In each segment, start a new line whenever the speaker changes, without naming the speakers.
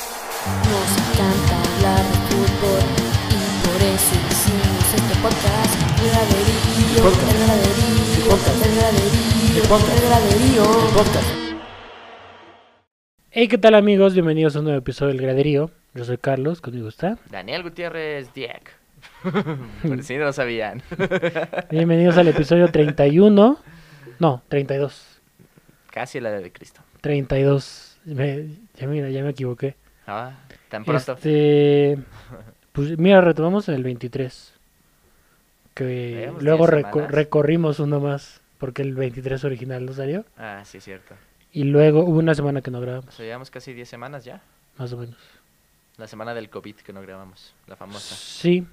Nos encanta hablar de fútbol y por eso hicimos este podcast. El graderío,
Podcast.
el graderío,
Podcast.
el graderío,
El podcast.
el graderío.
Hey, ¿qué tal amigos? Bienvenidos a un nuevo episodio del Graderío. Yo soy Carlos, conmigo está.
Daniel Gutiérrez Dieck. Por si no lo sabían.
Bienvenidos al episodio 31. No, 32.
Casi la de Cristo.
32. Me- ya mira, ya me equivoqué.
Ah, tan pronto.
Este, pues mira, retomamos el 23. Que
Llevamos
luego
10
reco-
semanas.
recorrimos uno más, porque el 23 original no salió.
Ah, sí, cierto.
Y luego hubo una semana que no grabamos,
Pues llevamos casi 10 semanas ya.
más o menos.
La semana del COVID que no grabamos. La famosa.
Sí,
A ver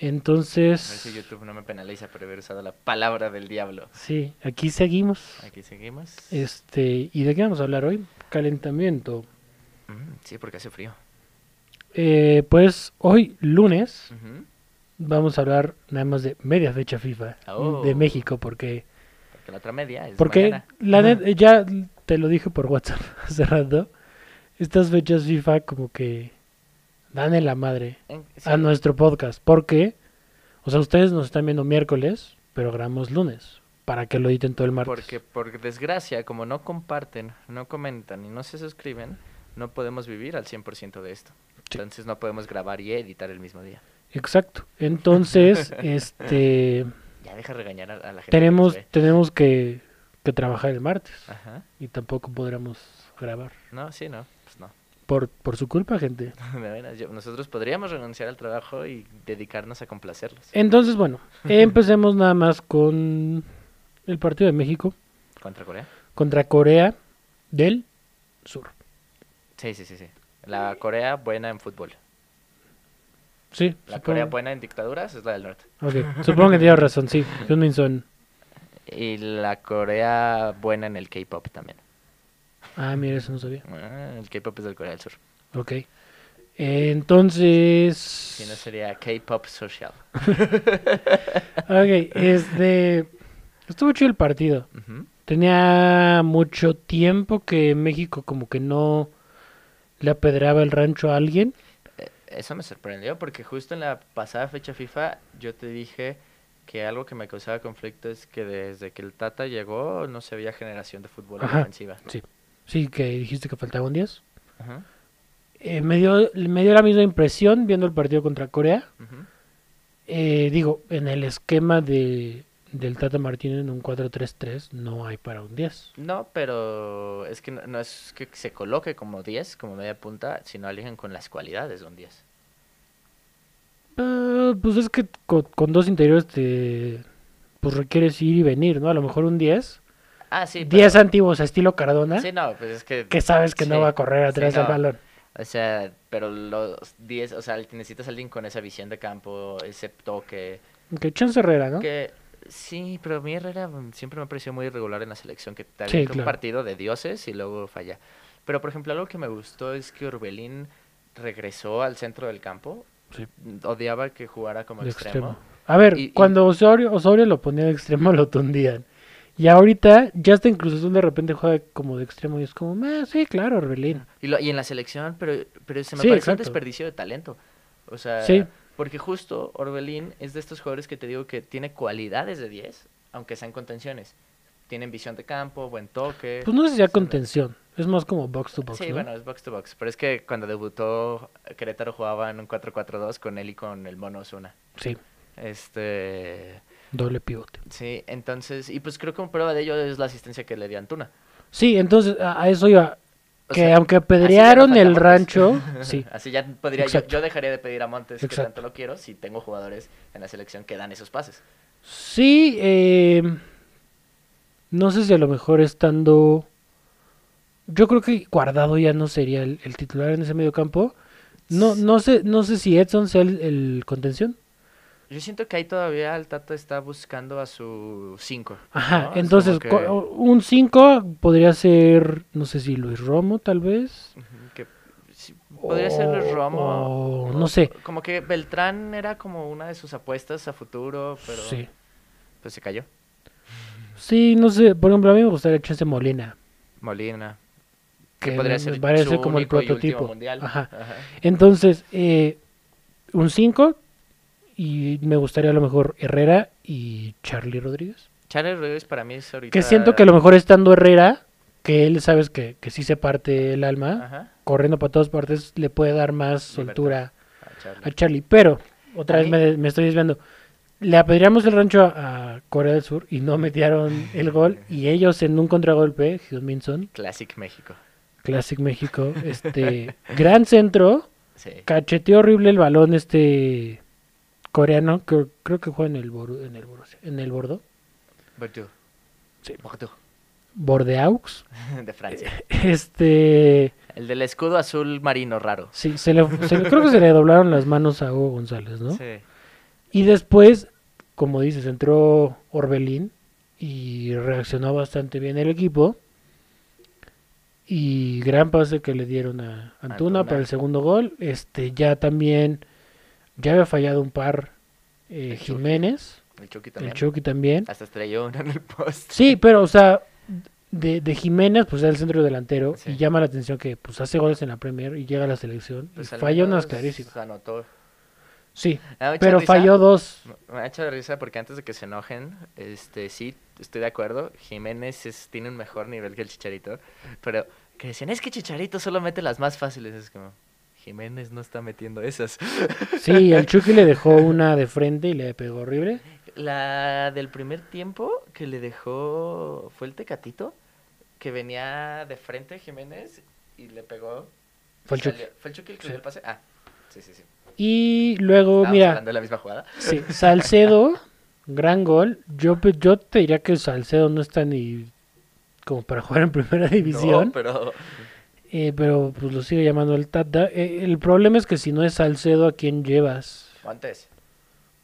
si
entonces...
YouTube no me penaliza por haber usado la palabra del diablo.
Sí, aquí seguimos.
Aquí seguimos.
Este, ¿y de qué vamos a hablar hoy? Calentamiento.
Mm, sí, porque hace frío.
Eh, pues hoy, lunes,
Ujú.
vamos a hablar nada más de media fecha FIFA
Oh.
de México, porque,
Porque la otra media es
porque
mañana.
la net- eh, ya te lo dije por WhatsApp hace rato, estas fechas FIFA como que dan en la madre
En- sí,
a nuestro podcast, porque, o sea, ustedes nos están viendo miércoles, pero grabamos lunes, para que lo editen todo el martes.
Porque por desgracia, como no comparten, no comentan y no se suscriben, no podemos vivir al 100% de esto. Entonces no podemos grabar y editar el mismo día.
Exacto. Entonces, este,
Ya deja regañar a, a la gente. que
tenemos,
nos ve.
tenemos que, que trabajar el martes
Ajá.
y tampoco podremos grabar.
No, sí, no. Pues no.
Por, por su culpa, gente.
De veras, yo- nosotros podríamos renunciar al trabajo y dedicarnos a complacerlos.
Entonces, bueno, empecemos nada más con el partido de México
¿Contra Corea?
contra Corea del Sur.
Sí, sí, sí, sí.
Eh.
La Corea buena en fútbol.
Sí,
La
supongo-
Corea pues. buena en dictaduras es la del norte.
Ok, supongo que tienes razón, sí. Hyun Min Son.
Y la Corea buena en el K-pop también.
Ah, mira, eso no sabía.
Ah, el K-pop es del Corea del Sur.
Ok. Entonces.
Si no sería K-pop social.
Ok, este. Estuvo chido el partido.
Ujú.
Tenía mucho tiempo que México como que no le apedreaba el rancho a alguien.
Eh, Eso me sorprendió porque justo en la pasada fecha FIFA yo te dije que algo que me causaba conflicto es que desde que el Tata llegó no se veía generación de fútbol
Ajá.
ofensiva.
Sí. Sí, que dijiste que faltaban 10.
Ajá,
Eh, me, dio, me dio la misma impresión viendo el partido contra Corea.
ujú.
Eh, digo, en el esquema de, del Tata Martínez en un 4-3-3 no hay para un 10.
No, pero es que no, no es que se coloque como 10, como media punta, sino eligen con las cualidades de un 10.
Ah, pues es que co- con, dos interiores te pues requieres ir y venir, ¿no? A lo mejor un 10.
Ah, sí.
10
pero-
antiguos, estilo Cardona,
Sí, no, pues es que...
que sabes que no
sí,
va a correr
sí,
atrás del
no.
balón.
O sea, pero los 10, o sea, necesitas alguien con esa visión de campo, ese toque...
Que Chance Herrera, ¿no?
Que sí, pero a mí Herrera mm, siempre me ha parecido muy irregular en la selección, que tal
Sí,
un
claro.
partido de dioses y luego falla. Pero por ejemplo, algo que me gustó es que Orbelín regresó al centro del campo. mm,
Sí.
Odiaba que jugara como
de
extremo.
extremo. A ver,
Y- y-
cuando Osorio, Osorio lo ponía de extremo, lo tundían. Y ahorita, ya hasta incluso de repente juega como de extremo y es como, "Ah, sí, claro, Orbelín.
Y, lo- y en la selección, pero, pero se me
Sí,
parece un
exacto.
desperdicio de talento. O sea,
Sí.
porque justo Orbelín es de estos jugadores que te digo que tiene cualidades de 10, aunque sean contenciones. Tienen visión de campo, buen toque.
Pues no sé si sea
son-
contención, es más como box to box.
Sí,
¿no?
bueno, es box to box. Pero es que cuando debutó, Querétaro jugaba en un 4-4-2 con él y con el mono Osuna.
Sí,
Este.
doble pivote.
Sí, entonces. Y pues creo que una prueba de ello es la asistencia que le dio Antuna.
Sí, entonces a, a eso iba.
O
Que
sea,
aunque
así ya no
apedrearon el
falta
rancho,
Montes.
sí,
Así ya podría. Yo,
Exacto.
yo dejaría de pedir a Montes que
Exacto.
tanto lo quiero si tengo jugadores en la selección que dan esos pases.
Sí, eh, no sé si a lo mejor estando... Yo creo que Guardado ya no sería el, el titular en ese medio campo. No, no, sé, no sé si Edson sea el, el contención.
Yo siento que ahí todavía el Tata está buscando a su 5.
Ajá, entonces
Ah, Que,
co- un 5 podría ser, no sé si Luis Romo tal vez.
que- sí, podría ser Luis
O-
Romo.
o Oh, no sé.
Como que Beltrán era como una de sus apuestas a futuro, pero
Sí.
pues se cayó.
sí, no sé. Por ejemplo, a mí me gustaría echarse Molina.
Molina. que
que
podría
me
ser
parece
su
como el
único y último
prototipo.
mundial.
Ajá. Entonces, eh, un 5 y me gustaría a lo mejor Herrera y Charlie Rodríguez.
Charles Rodríguez para mí es ahorita...
Que siento que a lo mejor estando Herrera, que él sabes que, que sí se parte el alma,
Ajá,
corriendo para todas partes, le puede dar más
Libertad.
soltura
a Charlie.
a Charlie. Pero, otra
A
vez
mí-
me, me estoy desviando. Le apedreamos el rancho a, a Corea del Sur y no metieron el gol. Y ellos en un contragolpe, Son,
Classic México.
Classic México, este gran centro,
Sí.
cacheteó horrible el balón este coreano, que creo que juega en el Boru- en el Borussia- en el Bordeaux,
Bordeaux.
Sí. Eh.
Bordeaux,
Bordeaux.
de Francia.
Este,
El del escudo azul marino raro.
sí, se le, se le- creo que se le doblaron las manos a Hugo González, ¿no?
Sí.
Y después, como dices, entró Orbelín y reaccionó bastante bien el equipo. Y gran pase que le dieron a Antuna,
Antuna.
para el segundo gol. Este ya también ya había fallado un par eh,
El Chucky
Jiménez,
El Chucky también.
el Chucky también.
Hasta estrelló uno en el post.
Sí, pero o sea, de, de Jiménez pues es el centro delantero
Sí.
y llama la atención que pues hace goles en la Premier y llega a la selección
Pues,
y
al
falla unas
menos
clarísimas.
Anotó. Ah,
Sí,
Me ha hecho
pero
risa-
falló dos.
Me ha hecho risa porque antes de que se enojen, este sí, estoy de acuerdo. Jiménez es- tiene un mejor nivel que el Chicharito. Pero que decían, es que Chicharito solo mete las más fáciles. Es como, Jiménez no está metiendo esas.
Sí, el Chucky le dejó una de frente y le pegó horrible.
La del primer tiempo que le dejó fue el Tecatito, que venía de frente Jiménez y le pegó.
Fue el
Salió-
Chucky.
¿Fue el Chucky el que le dio el pase? Ah, sí, sí, sí.
Y luego,
Estábamos
mira,
hablando de la misma jugada.
sí, Salcedo, gran gol. Yo, pe- yo te diría que Salcedo no está ni como para jugar en primera división.
No, pero
eh, pero pues lo sigue llamando el Tata. Eh, el problema es que si no es Salcedo, ¿a quién llevas?
antes.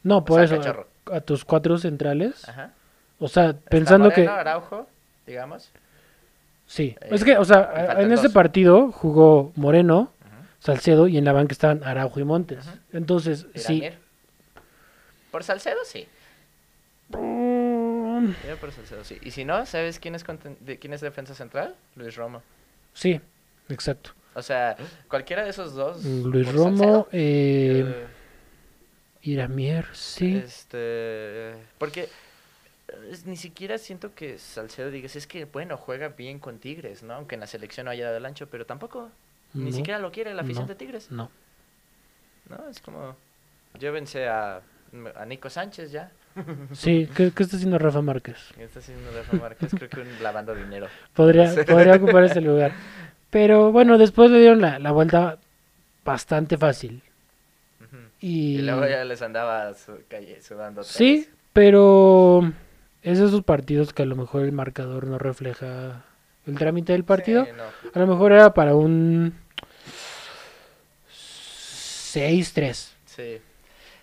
No, por
sea,
eso.
cachorro.
A, a tus cuatro centrales.
Ajá.
O sea,
Ah. Está
pensando que.
Moreno, Araujo, digamos.
Sí.
Eh,
es que, o sea,
y
a-
faltan
en ese
dos.
partido jugó Moreno,
Ajá.
Salcedo y en la banca estaban Araujo y Montes. Entonces, sí.
Tiramir. Por Salcedo, sí.
Mm,
Yo por Salcedo, sí. Y si no, ¿sabes quién es, conten- de- quién es defensa central? Luis Romo.
Sí, exacto.
O sea, cualquiera de esos dos.
Mm, Luis
por
Romo,
Salcedo,
eh,
eh,
Iramier, sí.
Este, porque es- ni siquiera siento que Salcedo digas, es que bueno, juega bien con Tigres, ¿no? Aunque en la selección no haya dado el ancho, pero tampoco, ni
No,
siquiera lo quiere la afición
no.
de Tigres,
No.
¿no? Es como, llévense a, a Nico Sánchez ya,
Sí, ¿qué, qué está haciendo Rafa Márquez?
que está haciendo Rafa Márquez, creo que un- lavando dinero.
Podría, podría ocupar ese lugar. Pero bueno, después le dieron la, la vuelta bastante fácil.
Ujú.
Y,
Y luego ya les andaba su- calle- sudando. otra
Sí,
vez.
pero es de esos partidos que a lo mejor el marcador no refleja el trámite del partido.
Sí, no.
A lo mejor era para un 6-3,
Sí.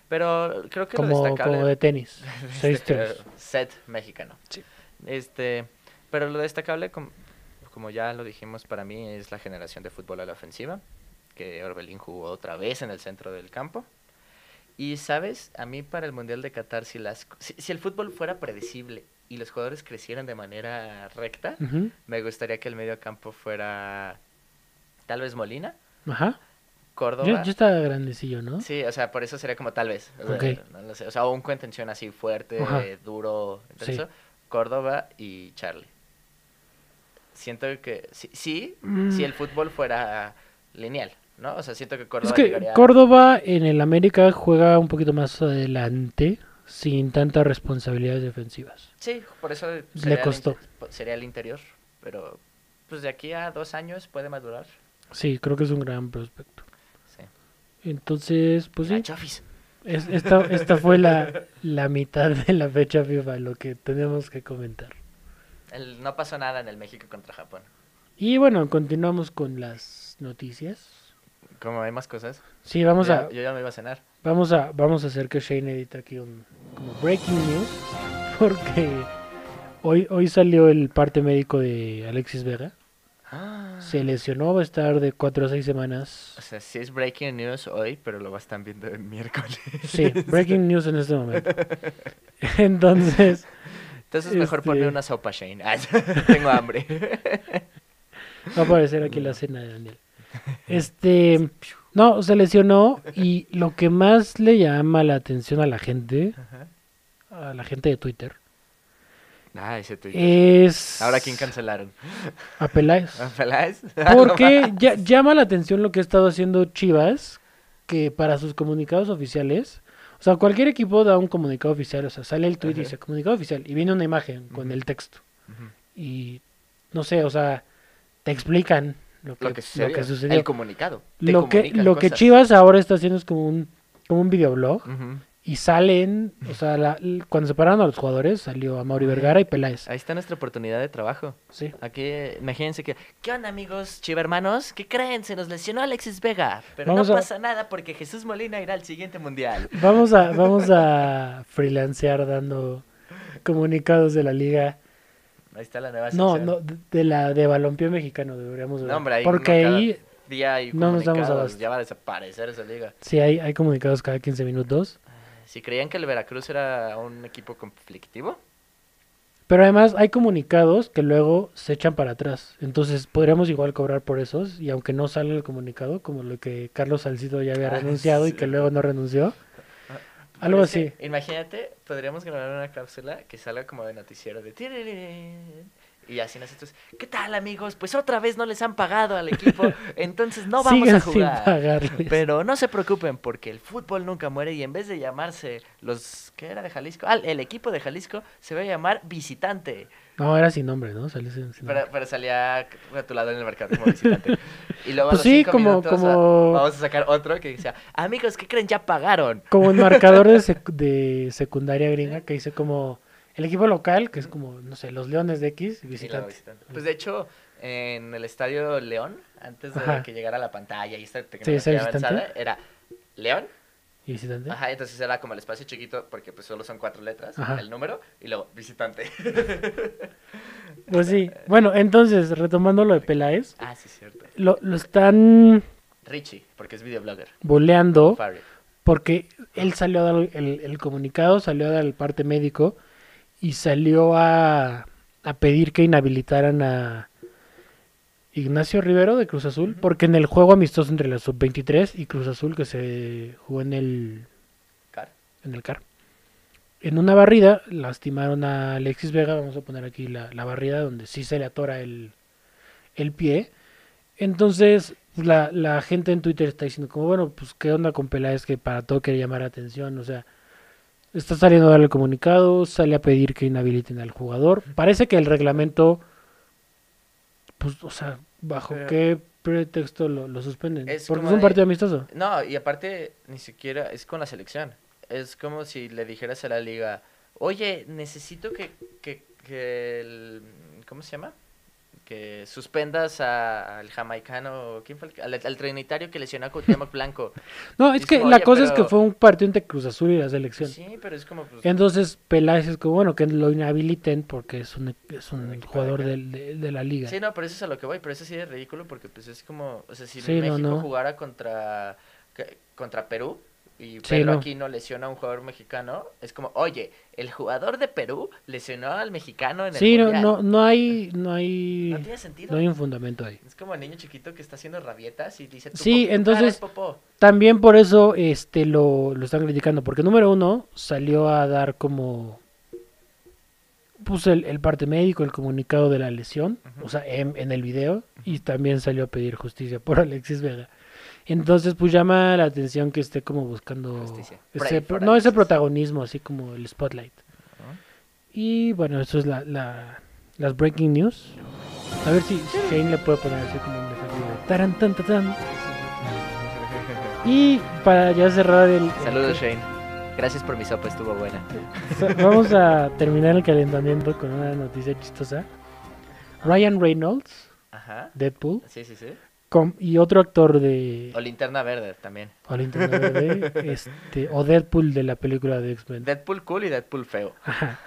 Pero creo que lo
como,
destacable
como de tenis.
Este,
6-3.
Set mexicano.
Sí.
Este, pero lo destacable, com- como ya lo dijimos para mí, es la generación de fútbol a la ofensiva, que Orbelín jugó otra vez en el centro del campo. Y sabes, a mí para el Mundial de Qatar, si, las, si, si el fútbol fuera predecible y los jugadores crecieran de manera recta,
Ujú,
me gustaría que el medio campo fuera tal vez Molina,
Ajá. Yo,
Córdoba.
yo estaba grandecillo, ¿no?
Sí, o sea, por eso sería como tal vez. O sea,
Ok.
no lo sé, o sea, un contención así fuerte,
Ajá.
eh, duro,
Sí.
intenso. Córdoba y Charlie. Siento que sí, sí,
Mm.
si el fútbol fuera lineal, ¿no? O sea, siento que Córdoba
es que
llegaría-
Córdoba en el América juega un poquito más adelante, sin tantas responsabilidades defensivas.
Sí, por eso sería el
costó.
inter- po- sería el interior, pero pues de aquí a dos años puede madurar.
Sí, creo que es un gran prospecto.
Sí.
Entonces, pues
La
sí,
Chofis.
es- esta, esta fue la, la mitad de la fecha FIFA, lo que tenemos que comentar.
El- no pasó nada en el México contra Japón.
Y bueno, continuamos con las noticias.
Como hay más cosas,
Sí, vamos
yo ya-
a,
yo ya me iba a cenar.
vamos a, vamos a hacer que Shane edite aquí un como breaking news, porque hoy, hoy salió el parte médico de Alexis Vega. Se lesionó, va a estar de 4 a 6
O
semanas.
sea, sí es breaking news hoy, pero lo vas estar viendo el miércoles.
Sí, breaking news en este momento. Entonces,
Entonces mejor
Este-
ponme una sopa, Shane. Ah, tengo hambre.
Va a aparecer aquí la cena de Daniel. Este, no, se lesionó y lo que más le llama la atención a la gente,
Ajá.
a la gente de Twitter,
Ah, ese tuit.
es
Ahora, ¿quién Ah. cancelaron?
a Peláez.
¿A Peláez?
Porque ya, llama la atención lo que ha estado haciendo Chivas, que para sus comunicados oficiales, o sea, cualquier equipo da un comunicado oficial, o sea, sale el tweet y
Ajá.
dice comunicado oficial, y viene una imagen con
Ujú.
el texto.
Ujú.
Y no sé, o sea, te explican lo que,
Lo que sucedió.
lo que sucedió.
El comunicado. Te
lo que,
comunican
lo que
cosas.
Chivas ahora está haciendo es como un, como un videoblog.
Ujú.
Y salen, o sea, la- l- cuando separaron a los jugadores, salió a Mauri Vergara y Peláez.
Ahí está nuestra oportunidad de trabajo.
Sí.
Aquí, eh, imagínense que, ¿qué onda amigos chivermanos? ¿Qué creen? Se nos lesionó Alexis Vega, pero
Vamos a-
no pasa nada porque Jesús Molina irá al siguiente mundial.
Vamos a, vamos a freelancear dando comunicados de la liga.
Ahí está la nueva
No,
sección.
no, de de la de balompié mexicano deberíamos
No, hombre, ahí
Porque
uno cada
ahí
día hay
no nos damos
comunicados,
abasto.
Ya va a desaparecer esa liga.
sí hay, hay comunicados cada 15 minutos.
Si creían que el Veracruz era un equipo conflictivo,
Pero además hay comunicados que luego se echan para atrás. Entonces podríamos igual cobrar por esos. Y aunque no salga el comunicado, como lo que Carlos Salcido ya había
Ah,
renunciado y
sí. Ah,
que luego no renunció.
Pero
Algo
es que,
así.
imagínate, podríamos grabar una cápsula que salga como de noticiero de... tirirín, Y así nosotros, ¿qué tal amigos? Pues otra vez no les han pagado al equipo, entonces no vamos
Siguen
a jugar.
sin pagarles.
Pero no se preocupen porque el fútbol nunca muere y en vez de llamarse los... ¿Qué era de Jalisco? Ah, el equipo de Jalisco se va a llamar visitante.
No, era sin nombre, ¿no? Salió sin, sin
Pero,
nombre.
pero salía rotulado en el mercado como visitante. Y luego a
Pues
los
sí,
cinco
como-
minutos, ah,
como-
vamos a sacar otro que decía, amigos, ¿qué creen? Ya pagaron.
Como en marcador de, sec- de secundaria gringa que dice como el equipo local, que es como, no sé, los Leones de X,
Y luego
visitante.
visitante. Pues de hecho, en el estadio León, antes de
Ajá.
que llegara la pantalla y esta
ese
tecnología
visitante.
avanzada, era León.
¿Y visitante?
Ajá, entonces era como el espacio chiquito porque pues solo son cuatro letras,
Ajá.
el número y luego visitante.
Pues sí. Bueno, entonces, retomando lo de Peláez,
ah, sí, cierto.
lo, lo están
Richie, porque es videoblogger.
boleando
Farrell.
porque él salió a dar el, el comunicado, salió a dar el parte médico y salió a, a pedir que inhabilitaran a Ignacio Rivero de Cruz Azul, porque en el juego amistoso entre la sub-23 y Cruz Azul que se jugó en el,
Car.
en el CAR, en una barrida lastimaron a Alexis Vega, vamos a poner aquí la, la barrida donde sí se le atora el, el pie. Entonces, pues, la, la gente en Twitter está diciendo como, bueno, pues qué onda con Peláez que para todo quiere llamar la atención, o sea, está saliendo a darle el comunicado, sale a pedir que inhabiliten al jugador. Parece que el reglamento, pues, o sea, bajo
Pero-
qué pretexto lo, lo suspenden.
Es
Porque
como
es un
de-
partido amistoso.
No, y aparte ni siquiera es con la selección. Es como si le dijeras a la liga, oye, necesito que, que, que el, ¿cómo se llama? Que suspendas a- al jamaicano, ¿quién fue? el que- Al, al trinitario que lesionó a Cuauhtémoc Blanco.
No, es
Es
que
como,
la
oye,
cosa es
pero-
que fue un partido entre Cruz Azul y la selección.
Sí, pero es como, pues,
Entonces Peláez es como, bueno, que lo inhabiliten porque es un, es
Un
un
equipo de
jugador
acá.
del- de, de la liga.
sí, no, pero eso es a lo que voy, pero eso sí es ridículo porque pues es como, o sea, si
Sí, no,
México
no.
jugara contra, que- contra Perú y
Sí,
Perú
no.
aquí no lesiona a un jugador mexicano, es como, oye, el jugador de Perú lesionó al mexicano en el
Sí, no,
mundial".
no, no hay, no
No
hay,
tiene sentido.
no hay un fundamento ahí.
Es como el niño chiquito que está haciendo rabietas y dice, "Tu
Sí,
pop- tu cara
entonces-
es popó".
También por eso este lo, lo están criticando, porque número uno salió a dar como puso el, el parte médico, el comunicado de la lesión, o sea, en, en el video, y también salió a pedir justicia por Alexis Vega. Entonces, pues llama la atención que esté como buscando
Justicia.
ese,
Pray for
no ese
Alexis.
protagonismo, así como el spotlight. Y bueno, eso es la, la- las breaking news. A ver si si Shane le puede poner así como un efecto de taran, tan, tan, tan. Y para ya cerrar el. el-
Saludos, Shane. Gracias por mi sopa, estuvo buena.
sa- Vamos a terminar el calentamiento con una noticia chistosa. Ryan Reynolds,
Ajá.
Deadpool,
Sí, sí, sí.
com- y otro actor de.
O linterna verde también.
o la interna verde, este, o Deadpool de la película de X-Men.
Deadpool cool y Deadpool feo.
Ajá.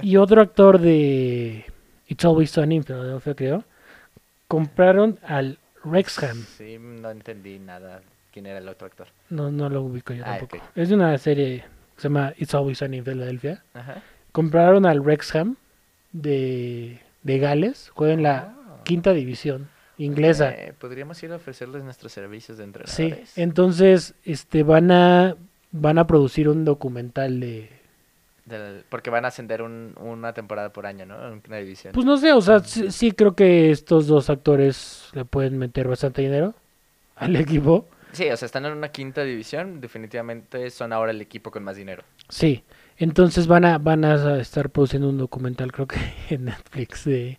Y otro actor de It's Always Sunny en Philadelphia, creo. Compraron al Rexham.
Sí, no entendí nada quién era el otro actor.
No, no lo ubico yo
Ah,
tampoco.
ok.
Es de una serie que se llama It's Always Sunny en Philadelphia.
Ajá.
Compraron al Rexham de, de Gales. Juega en la
Ah.
quinta división inglesa.
Eh, Podríamos ir a ofrecerles nuestros servicios de
Sí,
entrenadores.
entonces este van a van a producir un documental de
Del- porque van a ascender un- una temporada por año, ¿no? Una división.
Pues no sé, o sea, sí, sí creo que estos dos actores le pueden meter bastante dinero al equipo.
Sí, o sea, están en una quinta división. Definitivamente son ahora el equipo con más dinero.
Sí. Entonces van a van a estar produciendo un documental creo que en Netflix de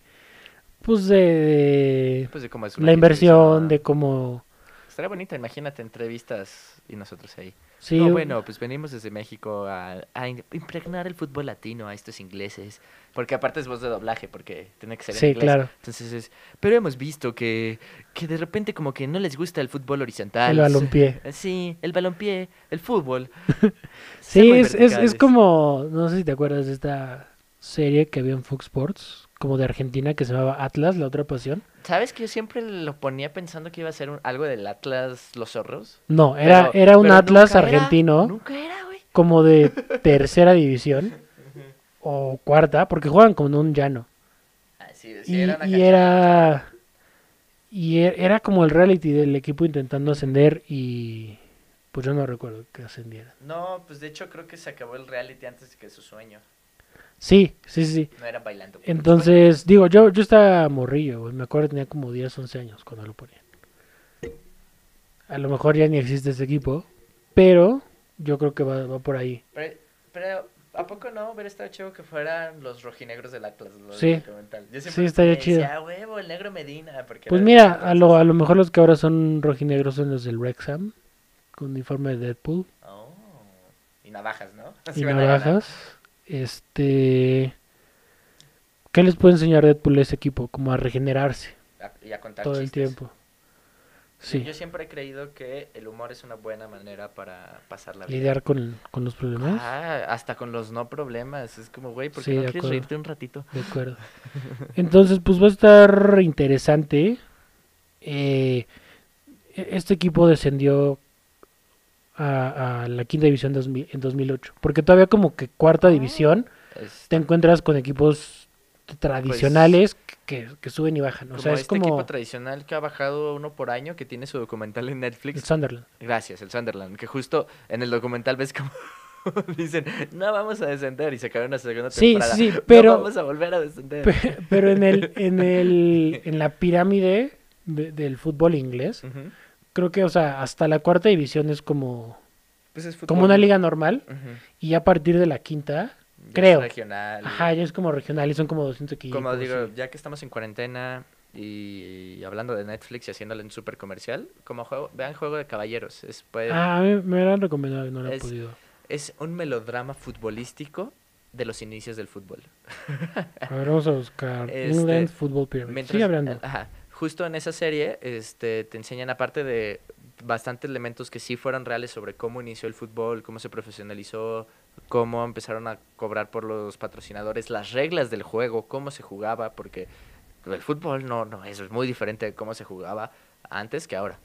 pues de, de
Pues de cómo es una
la
quinta
inversión,
división,
de cómo
¿no? Estaría bonita, imagínate, entrevistas y nosotros ahí.
sí,
No,
un-
bueno, pues venimos desde México a, a in- impregnar el fútbol latino a estos ingleses. Porque aparte es voz de doblaje, porque tiene que ser en
Sí,
inglés.
claro.
Entonces es- Pero hemos visto que, que de repente como que no les gusta el fútbol horizontal.
el balompié.
Sí, el balompié, el fútbol.
Sí,
muy
es, es, es
verticales.
como, no sé si te acuerdas de esta serie que había en Fox Sports, como de Argentina, que se llamaba Atlas, la otra pasión.
¿Sabes que yo siempre lo ponía pensando que iba a ser un- algo del Atlas Los Zorros?
No, era,
Pero-
era un
pero
Atlas
nunca era,
argentino,
nunca era, güey.
como de tercera división, o cuarta, porque juegan con un llano.
Así
y, y era... Y er- era como el reality del equipo intentando ascender y... Pues yo no recuerdo que ascendieran.
No, pues de hecho creo que se acabó el reality antes de que su sueño.
Sí, sí, sí.
No era bailando. con los
Entonces, digo, yo, yo estaba morrillo, güey. Me acuerdo que tenía como 10, 11 años cuando lo ponían. A lo mejor ya ni existe ese equipo, pero yo creo que va, va por ahí.
Pero, pero, ¿a poco no hubiera estado chido que fueran los rojinegros del Atlas? lo del
Sí.
documental? Yo siempre
Sí, estaría
decía,
chido.
"Ah, huevo, el negro Medina. Porque
Pues
era-
mira, a lo, a lo mejor los que ahora son rojinegros son los del Wrexham, con uniforme de Deadpool
Oh, y navajas, ¿no?
y
Así van a ganar.
navajas. Este. ¿Qué les puede enseñar Deadpool a ese equipo? Como a regenerarse
A- y a contar
todo el
chistes.
tiempo.
Yo-
Sí,
Yo siempre he creído que el humor es una buena manera para pasar la vida.
lidiar con, con los problemas.
Ah, hasta con los no problemas. Es como, güey, ¿por
Sí,
qué no
de
quieres
acuerdo.
reírte un ratito?
De acuerdo. Entonces, pues va a estar interesante. Eh, e- este equipo descendió a, a la quinta división 2000 en 2008. Porque todavía como que
Ah.
cuarta división
Es
te encuentras con equipos tradicionales que, que suben y bajan. O
Pues, como
sea, es
este
como
equipo tradicional que ha bajado uno por año, que tiene su documental en
el
Netflix.
Sunderland.
Gracias, el Sunderland, que justo en el documental ves como dicen, no vamos a descender y se acabó una segunda
Sí,
temporada.
sí,
"No
pero-
vamos a volver a descender.
Pe- Pero en el, en el, en la pirámide de- del fútbol inglés,
Ujú.
creo que, o sea, hasta la cuarta división es como,
Pues es
como
fútbol.
una liga normal.
Ujú.
Y ya a partir de la quinta,
Ya es
creo.
regional.
Ajá, ya es como regional y son como 200 equipos.
Como digo,
sí.
ya que estamos en cuarentena y hablando de Netflix y haciéndole un super comercial, como juego, vean Juego de Caballeros. Es, puede-
Ah, me, me lo han recomendado y no lo he
eh, es-
podido.
es un melodrama futbolístico de los inicios del fútbol.
A ver, vamos a buscar
Este,
England Football Pyramid.
Mientras-
Sigue hablando.
Ajá. Justo en esa serie este, te enseñan, aparte de bastantes elementos que sí fueron reales sobre cómo inició el fútbol, cómo se profesionalizó, cómo empezaron a cobrar por los patrocinadores, las reglas del juego, cómo se jugaba, porque el fútbol no, no eso es muy diferente de cómo se jugaba antes que ahora.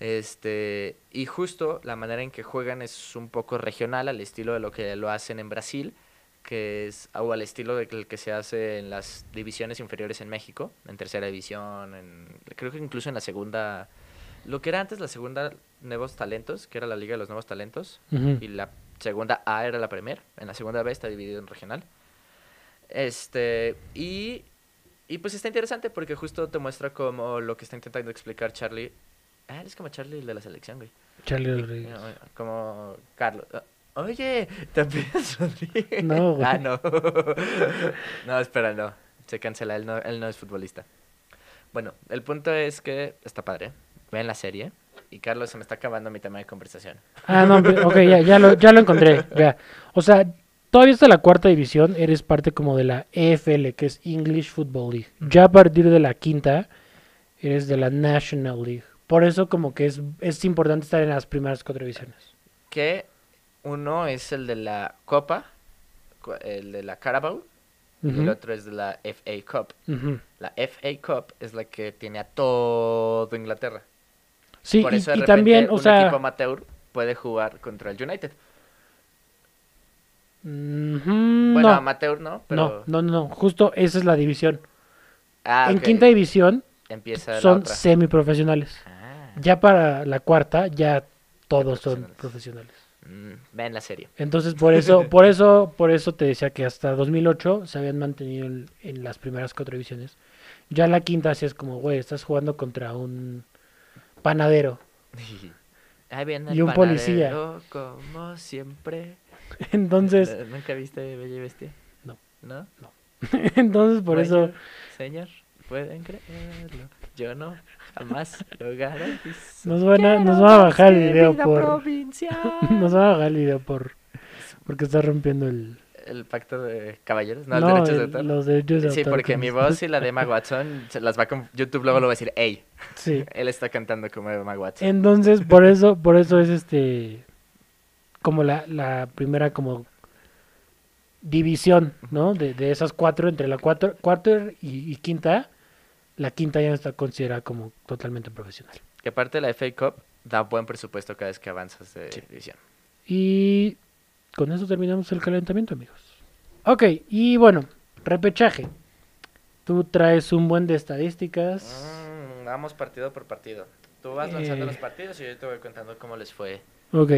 Este, y justo la manera en que juegan es un poco regional, al estilo de lo que lo hacen en Brasil, que es o al estilo del que se hace en las divisiones inferiores en México, en tercera división, en, creo que incluso en la segunda, lo que era antes la segunda Nuevos Talentos, que era la Liga de los Nuevos Talentos,
Ujú.
y la segunda A era la Premier, en la segunda B está dividido en regional. Este, y, y pues está interesante porque justo te muestra como lo que está intentando explicar Charlie. Ah, eres como Charlie el de la selección, güey.
Charlie Rodríguez.
eh, Como Carlos. "Ah, Oye, también es Rodríguez.
No, güey.
Ah, no. no, espera, no. Se cancela, él no, él no es futbolista. Bueno, el punto es que está padre. Vean la serie. Y Carlos, se me está acabando mi tema de conversación.
Ah, no, hombre, ok, ya, ya, lo, ya lo encontré. Ya. O sea, todavía hasta la cuarta división eres parte como de la EFL, que es English Football League. Ya a partir de la quinta eres de la National League. Por eso como que es, es importante estar en las primeras cuatro divisiones.
Que uno es el de la Copa, cu- el de la Carabao, y el
Ujú,
otro es de la FA Cup.
ujú.
La FA Cup es la que tiene a todo Inglaterra.
Sí,
Por
y,
eso de
y
repente
también, o
un
sea...
equipo amateur puede jugar contra el United.
Ujú,
Bueno,
no,
amateur no,
Mm, no,
pero
no, no, no, justo esa es la división.
Ah,
en
ok.
quinta división
Empieza la
son
otra.
semiprofesionales.
Ah,
Ya para la cuarta ya todos son profesionales.
mm, vean la serie.
Entonces por eso, por eso, por eso te decía que hasta 2008 se habían mantenido en, en las primeras cuatro divisiones. Ya la quinta sí es como, güey, estás jugando contra un panadero.
Ahí viene
Y
el
un policía.
panadero, Como siempre.
Entonces,
¿No- ¿Nunca viste Bella y Bestia?
No.
¿No?
entonces por eso,
Bueno, Señor, pueden creerlo. Yo no, jamás lo garantizo.
Nos van a- nos
Quiero
van a
más
bajar el
que
video
vida
por-
provincial.
nos va a bajar el video por porque está rompiendo el
El pacto de caballeros, no,
no,
los derechos
el-
de autor.
los derechos de
Sí,
autor
porque
que
mi
nos-
voz y la de Emma Watson se las va con YouTube luego lo va a decir, hey,
Sí.
él está cantando como Emma Watson.
Eh. Entonces, por eso, por eso es este como la, la primera como división, ¿no? De, de esas cuatro, entre la cuatro, cuarta y, y quinta, la quinta ya no está considerada como totalmente profesional.
Que aparte de la FA Cup da buen presupuesto cada vez que avanzas de división.
Y con eso terminamos el calentamiento, amigos. Ok, y bueno, repechaje. Tú traes un buen de estadísticas.
Mm, vamos partido por partido. Tú vas lanzando
Eh.
los partidos y yo te voy contando cómo les fue.
Ok,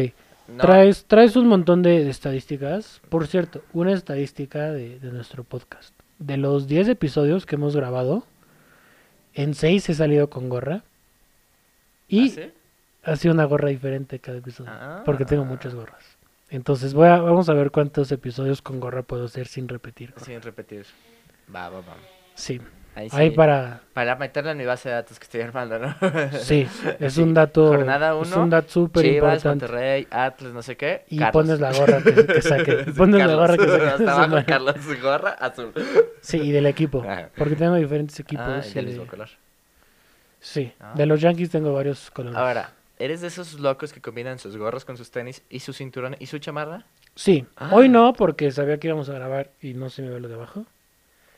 No, ¿Ah,
traes, traes un montón de, de estadísticas. Por cierto, una estadística de, de nuestro podcast. De los 10 episodios que hemos grabado, en 6 he salido con gorra. Y
¿Ah, sí?
ha sido una gorra diferente cada episodio. Porque tengo muchas
Ah.
gorras. Entonces voy a- vamos a ver cuántos episodios con gorra puedo hacer sin repetir. gorra.
Sin repetir. Va, va, va.
Sí.
Ahí
Ahí
sí.
para...
Para meterla en mi base de datos que estoy armando, ¿no?
Sí, es
Sí.
un dato...
Jornada
es
uno,
un dato súper
Chivas,
importante.
Monterrey, Atlas, no sé qué.
Y
Carlos.
pones la gorra que, que saque.
Sí,
Pones la
Carlos.
gorra que saque.
Hasta abajo, Carlos, gorra azul.
Sí, y del equipo.
Ajá.
Porque tengo diferentes equipos.
Ah, y
y
del
de-
mismo color.
Sí,
Ah.
de los Yankees tengo varios colores.
Ahora, ¿eres de esos locos que combinan sus gorros con sus tenis y su cinturón y su chamarra?
Sí,
Ah.
hoy no porque sabía que íbamos a grabar y no se me ve lo de abajo.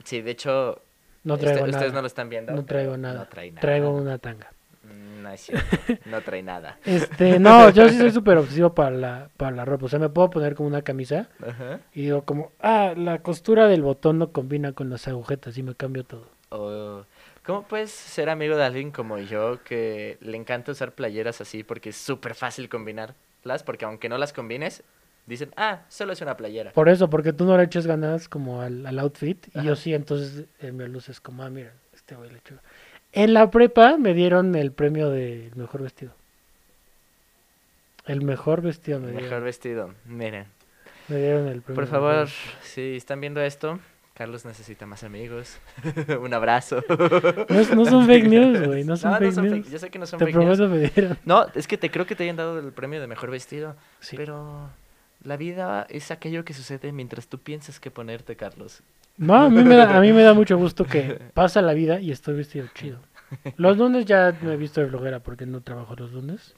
Sí, de hecho,
No
este-
traigo nada.
ustedes no lo están viendo.
No
pero
traigo nada.
No trae nada.
Traigo una tanga.
Mm, No es cierto, no trae nada.
Este, no, yo sí soy súper obsesivo para la, para la ropa. O sea, me puedo poner como una camisa
Ajá.
y digo como, ah, la costura del botón no combina con las agujetas y me cambio todo.
O, ¿Cómo puedes ser amigo de alguien como yo que le encanta usar playeras así porque es súper fácil combinarlas? Porque aunque no las combines, dicen, ah, solo es una playera.
Por eso, porque tú no le echas ganas como al, al outfit y yo
Ajá.
sí, entonces eh, me luces como, ah, mira, este güey le echó. En la prepa me dieron el premio del mejor vestido. El mejor vestido me dieron,
Mejor vestido. Miren,
me dieron el premio.
por
del mejor
favor,
vestido.
si están viendo esto, Carlos necesita más amigos. Un abrazo.
No, es- no son fake news, güey, no son fake news.
Yo sé que no son
Te
fake news.
prometo me dieron.
No, es que te creo que te hayan dado el premio de mejor vestido.
Sí.
Pero la vida es aquello que sucede mientras tú piensas que ponerte, Carlos.
No, a mí, me da, a mí me da mucho gusto que pasa la vida y estoy vestido chido. Los lunes ya me he visto de flojera porque no trabajo los lunes.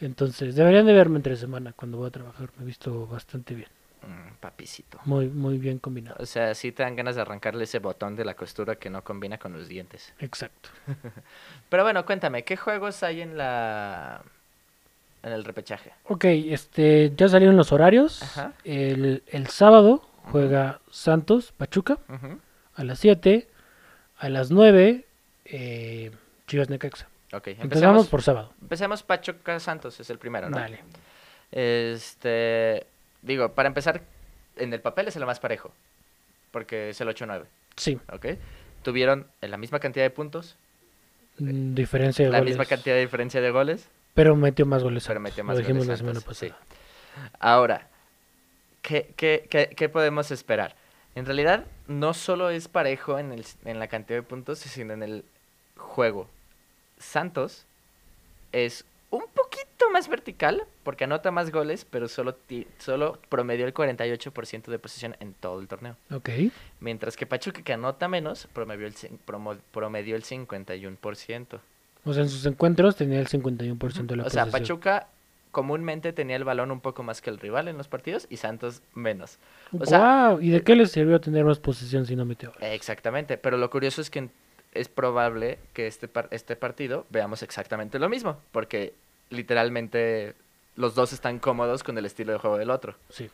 Entonces, deberían de verme entre semana cuando voy a trabajar. Me he visto bastante bien.
Mm, papicito.
Muy, muy bien combinado.
O sea, sí te dan ganas de arrancarle ese botón de la costura que no combina con los dientes.
Exacto.
Pero bueno, cuéntame, ¿qué juegos hay en la... en el repechaje?
Ok, este, ya salieron los horarios.
Ajá.
El, el sábado juega Santos, Pachuca,
Ujú.
a las 7. A las 9, eh, Chivas Necaxa.
Ok, empezamos,
Empezamos por sábado.
empecemos Pachuca Santos, es el primero, ¿no?
Dale.
Este, digo, para empezar, en el papel es el más parejo, porque es el 8-9,
Sí,
¿ok? Tuvieron la misma cantidad de puntos,
mm, diferencia de
la
goles.
misma cantidad de diferencia de goles,
Pero metió más goles.
Pero
Santos,
metió más
Lo dijimos
goles
la semana
Santos, sí.
pasada.
Ahora, ¿qué, qué, qué- qué podemos esperar? En realidad, no solo es parejo en, el- en la cantidad de puntos, sino en el juego. Santos es un poquito más vertical, porque anota más goles, pero solo, ti- solo promedió el 48% de posesión en todo el torneo.
Ok.
Mientras que Pachuca, que anota menos, promedió el, cin- promo- promedió el 51%.
O sea, en sus encuentros tenía el 51% de la
O sea,
posesión.
Pachuca comúnmente tenía el balón un poco más que el rival en los partidos y Santos menos. o sea- eh,
Guau, ¿Y de qué les sirvió tener más posesión si no metió goles?
Exactamente, pero lo curioso es que en- es probable que este, par- este partido veamos exactamente lo mismo, porque literalmente los dos están cómodos con el estilo de juego del otro.
Sí.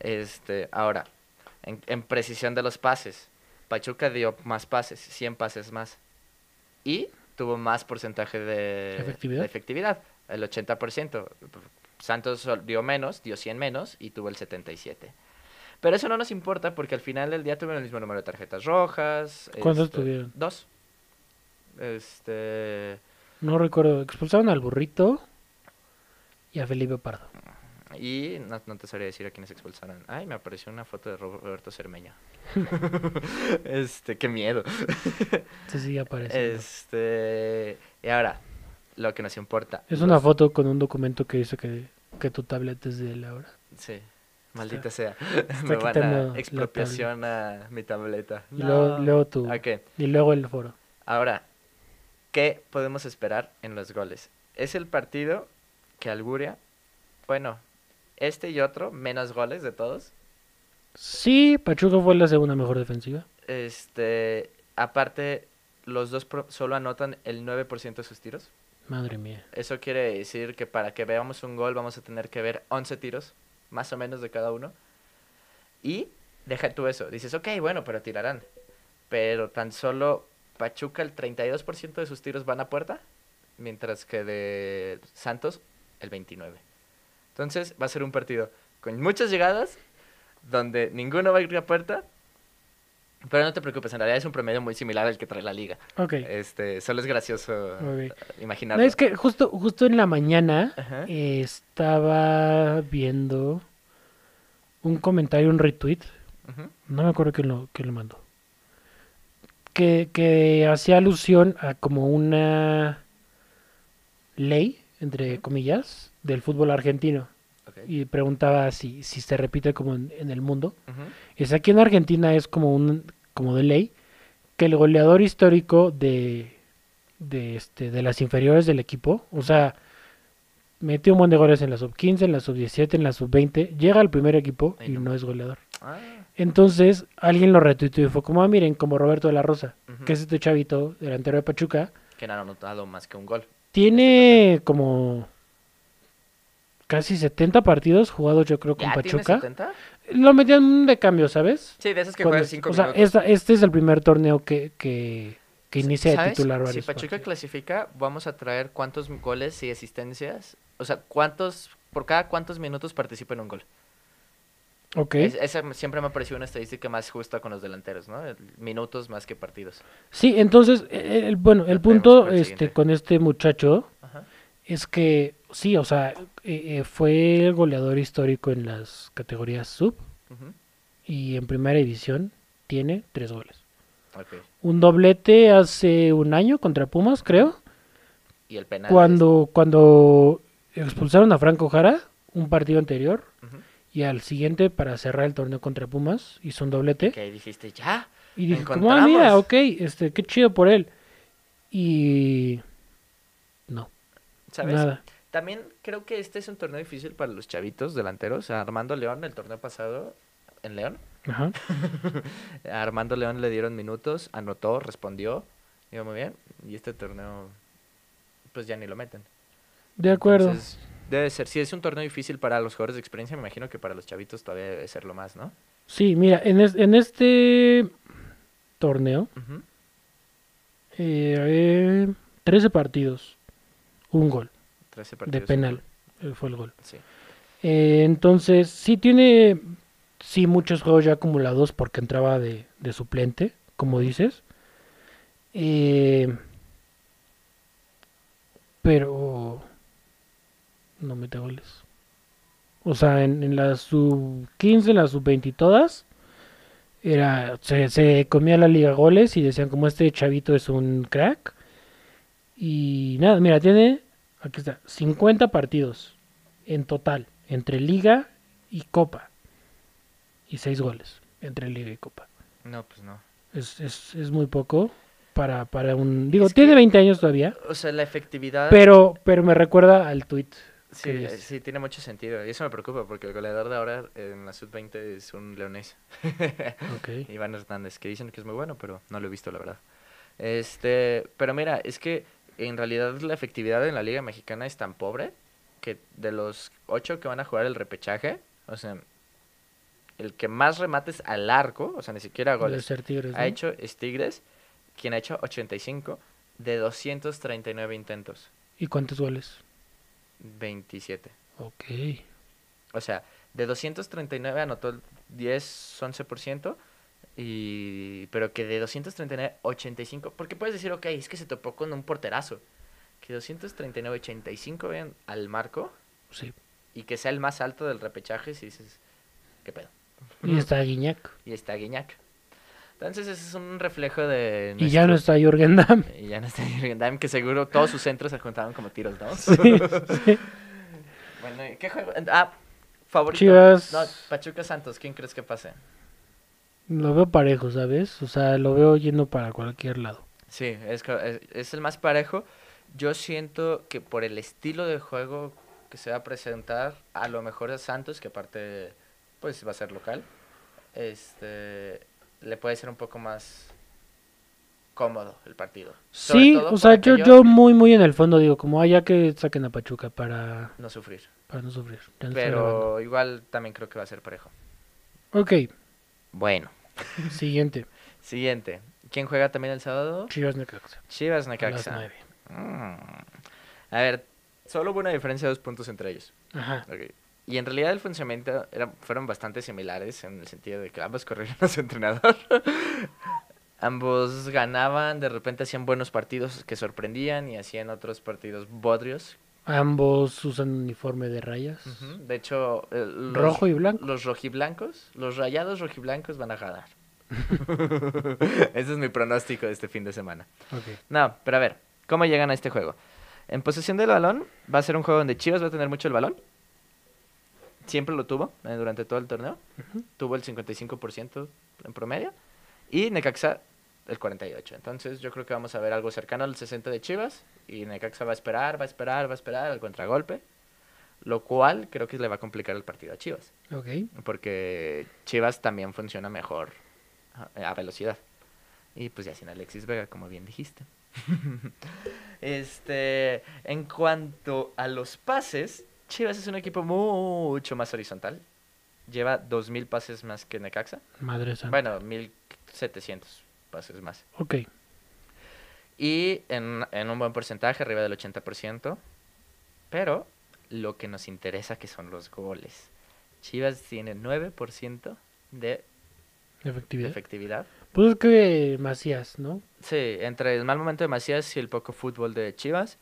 Este, ahora, en, en precisión de los pases, Pachuca dio más pases, 100 pases más. Y tuvo más porcentaje de
¿Efectividad?
de efectividad, el 80%. Santos sol- dio menos, dio 100 menos y tuvo el 77. Pero eso no nos importa porque al final del día tuvieron el mismo número de tarjetas rojas.
¿Cuántas tuvieron?
Dos. Este.
No recuerdo. Expulsaron al burrito y a Felipe Pardo.
Y no, no te sabría decir a quiénes expulsaron. Ay, me apareció una foto de Roberto Cermeño. este, qué miedo.
Sí, sí, aparece. Es,
Este. Y ahora, lo que nos importa.
una
los-
foto con un documento que dice que, que tu tablet es de él ahora.
Sí. Maldita sea.
está
Me van
quitando la
a expropiación a mi tableta.
Y luego, luego tu-
Ok,
Y luego el foro.
Ahora, ¿qué podemos esperar en los goles? Es el partido que alguria, bueno, este y otro, menos goles de todos.
Sí, Pachuca fue la segunda mejor defensiva.
Este, aparte, los dos pro- solo anotan el 9% de sus tiros.
Madre mía.
Eso quiere decir que para que veamos un gol vamos a tener que ver 11 tiros, más o menos de cada uno. Y deja tú eso. Dices, ok, bueno, pero tirarán. Pero tan solo Pachuca, el 32% de sus tiros van a puerta, mientras que de Santos, el 29%. Entonces va a ser un partido con muchas llegadas, donde ninguno va a ir a puerta. Pero no te preocupes, en realidad es un promedio muy similar al que trae la liga.
Ok.
Este, solo es gracioso
Ok.
eh, imaginarlo.
No, es que justo, justo en la mañana
Ajá.
eh, estaba viendo un comentario, un retweet.
Ujú.
No me acuerdo quién lo, quién lo mandó. Que, que hacía alusión a como una ley, entre comillas, del fútbol argentino.
Ok.
Y preguntaba si, si se repite como en, en el mundo.
Ujú.
Es aquí en Argentina es como un como de ley que el goleador histórico de de este de las inferiores del equipo, o sea, metió un montón de goles en la sub 15, en la sub 17, en la sub 20, llega al primer equipo
Ay,
y
no.
no es goleador.
Ah,
Entonces, alguien lo retuiteó y fue como, ah, miren, como Roberto de la Rosa,
Ujú.
que es este chavito delantero de Pachuca,
que no han anotado más que un gol.
tiene como casi 70 partidos jugados yo creo con
¿Ya tiene
Pachuca.
70?
Lo metían de cambio, ¿sabes?
Sí, de esos que
Cuando-
juegan 5
o sea,
minutos.
esta- este es el primer torneo que, que, que inicia de
¿Sabes?
titular varios
Si Pachuca
partidos.
clasifica, vamos a traer cuántos goles y asistencias. O sea, cuántos por cada cuántos minutos participa en un gol.
Ok.
Es- esa me- siempre me ha parecido una estadística más justa con los delanteros, ¿no? El- Minutos más que partidos.
Sí, entonces, eh, el- bueno, el
Nos vemos
punto
para el
este,
siguiente.
con este muchacho
Ajá.
es que, sí, o sea, eh, eh, fue el goleador histórico en las categorías sub
Ujú.
y en primera división tiene tres goles.
Ok.
Un doblete hace un año contra Pumas, creo,
Y el penal.
cuando, cuando expulsaron a Franco Jara, un partido anterior,
es- Ujú.
y al siguiente para cerrar el torneo contra Pumas hizo un doblete
Que ahí dijiste, ya.
y
lo
dije como ah mira
encontramos".
ok este qué chido por él y no
¿Sabes?
nada
También creo que este es un torneo difícil para los chavitos delanteros. A Armando León, el torneo pasado en León,
Ajá.
A Armando León le dieron minutos, anotó, respondió, iba muy bien. Y este torneo, pues ya ni lo meten.
de acuerdo
Entonces, debe ser, si es un torneo difícil para los jugadores de experiencia, me imagino que para los chavitos todavía debe serlo más, ¿no?
sí mira en, es- en este torneo
Ujú.
eh, eh, 13 partidos un gol
13
de
partidos.
penal eh, fue el gol
Sí.
Eh, entonces sí tiene sí muchos juegos ya acumulados porque entraba de, de suplente como dices Eh, pero no mete goles o sea en, en la sub 15 en la sub 20 y todas era se, se comía la liga goles y decían como este chavito es un crack y nada mira tiene aquí está 50 partidos en total entre liga y copa y 6 goles entre liga y copa
No, pues no.
es, es, es muy poco para, para un digo
Es que-
tiene 20 años todavía
O sea, la efectividad.
pero pero me recuerda al tweet
Sí, eh,
dice.
sí, tiene mucho sentido. Y eso me preocupa porque el goleador de ahora en la sub-20 es un leonés. Iván Hernández, que dicen que es muy bueno, pero no lo he visto, la verdad. Este, pero mira, es que en realidad la efectividad en la Liga Mexicana es tan pobre que de los ocho que van a jugar el repechaje, o sea, el que más remates al arco, o sea, ni siquiera
Debe
goles,
ser Tigres.
ha
¿no?
hecho es Tigres, quien ha hecho 85 de 239 intentos.
¿Y cuántos goles?
27.
Ok.
O sea, de 239 anotó el 10, 11%. Y... Pero que de 239, 85. Porque puedes decir, ok, es que se topó con un porterazo. Que 239, 85 vean al marco.
Sí.
Y que sea el más alto del repechaje. Si dices, ¿qué pedo?
Y está Guiñac.
Y está Guiñac. Entonces, ese es un reflejo de.
Y ya no
nuestro-
está Jorgen Damm.
Y ya no está Jürgen Damm, que seguro todos sus centros se contaban como tiros, ¿no?
Sí, sí.
Bueno, ¿y ¿qué juego? Ah, favorito.
Chivas.
No, Pachuca Santos, ¿quién crees que pase?
Lo veo parejo, ¿sabes? O sea, lo veo yendo para cualquier lado.
Sí, es, co- es, es el más parejo. Yo siento que por el estilo de juego que se va a presentar, a lo mejor a Santos, que aparte pues va a ser local, este le puede ser un poco más cómodo el partido. Sobre
Sí,
todo
o
por
sea, yo,
aquello
yo muy, muy en el fondo digo, como, ah, ya que saquen a Pachuca para,
no sufrir.
para no sufrir. Ya no está grabando.
Pero igual también creo que va a ser parejo.
Ok,
Bueno,
siguiente.
siguiente. ¿Quién juega también el sábado?
Chivas Necaxa.
Chivas
A las
Necaxa.
nueve.
Mm. A ver, solo hubo una diferencia de dos puntos entre ellos.
Ajá.
Ok. Y en realidad el funcionamiento era- fueron bastante similares en el sentido de que ambos corrieron a su entrenador. ambos ganaban, de repente hacían buenos partidos que sorprendían y hacían otros partidos bodrios.
Ambos usan uniforme de rayas.
De hecho, eh, los,
Rojo y blanco.
los rojiblancos, los rayados rojiblancos van a ganar. Ese es mi pronóstico de este fin de semana.
Ok.
No, pero a ver, ¿cómo llegan a este juego? En posesión del balón, va a ser un juego donde Chivas va a tener mucho el balón. Siempre lo tuvo eh, durante todo el torneo. Tuvo el 55% en promedio. Y Necaxa el 48%. Entonces yo creo que vamos a ver algo cercano al 60% de Chivas. Y Necaxa va a esperar, va a esperar, va a esperar al contragolpe. Lo cual creo que le va a complicar el partido a Chivas.
Ok.
Porque Chivas también funciona mejor a, a velocidad. Y pues ya sin Alexis Vega, como bien dijiste. este, en cuanto a los pases, Chivas es un equipo mucho más horizontal. Lleva 2.000 pases más que Necaxa.
Madre santa.
Bueno, 1.700 pases más.
Ok.
Y en, en un buen porcentaje, arriba del 80%. Pero lo que nos interesa que son los goles. Chivas tiene 9% de
Efectividad.
efectividad.
Pues es que Macías, ¿no?
Sí, entre el mal momento de Macías y el poco fútbol de Chivas.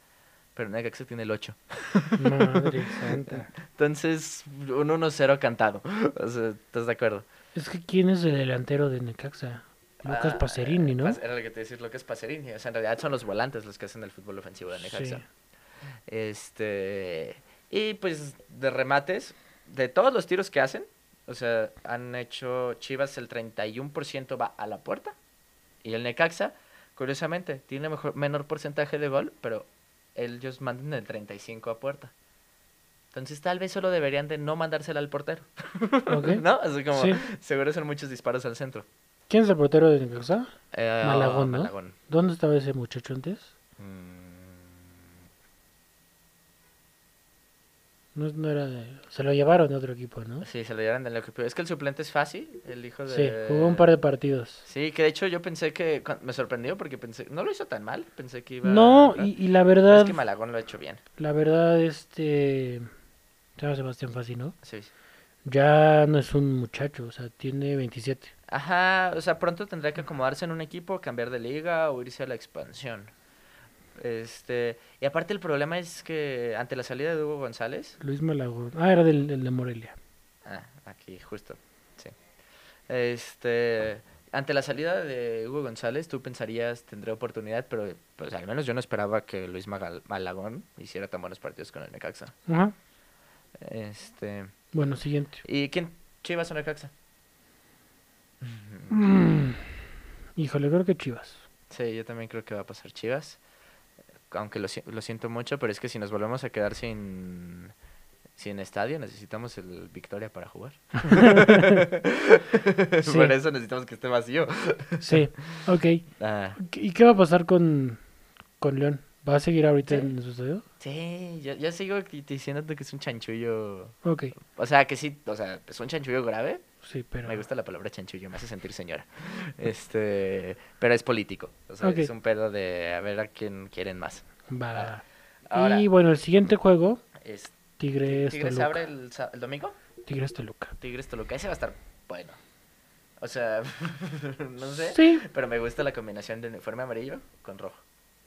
Pero Necaxa tiene el 8.
Madre santa.
Entonces, un 1-0 cantado. O sea, ¿estás de acuerdo?
Es que ¿quién es el delantero de Necaxa? Lucas
Ah,
Pacerini, ¿no?
Pas- Era lo que te decía, Lucas Pacerini. O sea, en realidad son los volantes los que hacen el fútbol ofensivo de Necaxa.
Sí.
Este. Y pues de remates, de todos los tiros que hacen, o sea, han hecho Chivas el 31% va a la puerta. Y el Necaxa, curiosamente, tiene mejor, menor porcentaje de gol, pero ellos mandan el 35% a puerta. Entonces tal vez solo deberían de no mandársela al portero,
Ok.
¿no? Así como,
Sí.
seguro son muchos disparos al centro.
¿Quién es el portero de Necaxa?
Eh,
Malagón, ¿no?
Malagón.
¿Dónde estaba ese muchacho antes?
Mm.
No, no era de- Se lo llevaron a otro equipo, ¿no?
Sí, se lo llevan del equipo. Es que el suplente es fácil, el hijo de...
Sí, jugó un par de partidos.
Sí, que de hecho yo pensé que... cuan- Me sorprendió porque pensé... No lo hizo tan mal, pensé que iba...
No,
a-
y, y la
Pero
verdad,
Es que Malagón lo ha hecho bien.
la verdad, este... Se llama Sebastián Fassi, ¿no?
Sí. sí.
Ya no es un muchacho, o sea, tiene 27.
Ajá, o sea, pronto tendrá que acomodarse en un equipo, cambiar de liga o irse a la expansión. Este... Y aparte el problema es que ante la salida de Hugo González,
Luis Malagón. Ah, era del, del de Morelia.
Ah, aquí, justo. Sí. Este. Ante la salida de Hugo González, tú pensarías tendré oportunidad, pero pues al menos yo no esperaba que Luis Magal- Malagón hiciera tan buenos partidos con el Necaxa.
Ajá.
Este.
Bueno, siguiente.
¿Y quién? Chivas o Necaxa.
Mm. Híjole, creo que Chivas.
Sí, yo también creo que va a pasar Chivas. Aunque lo, si- lo siento mucho, pero es que si nos volvemos a quedar sin, sin estadio, necesitamos el Victoria para jugar.
Sí.
Por eso necesitamos que esté vacío.
Sí, ok.
Ah.
¿Y qué va a pasar con, con León? ¿Va a seguir ahorita
Sí.
en su estadio?
Sí, yo, yo sigo di- diciéndote que es un chanchullo.
Ok,
O sea, que sí, o sea, es un chanchullo grave,
Sí, pero.
Me gusta la palabra chanchullo, me hace sentir señora. Este, pero es político. O sea,
Ok.
es un pedo de a ver a quién quieren más.
Va, va, va.
Ahora,
Y bueno, el siguiente juego,
es-
Tigres
¿Tigres
Toluca.
abre el, sa- el domingo?
Tigres Toluca.
Tigres Toluca, ese va a estar bueno. O sea, no sé.
Sí.
Pero me gusta la combinación de uniforme amarillo con rojo.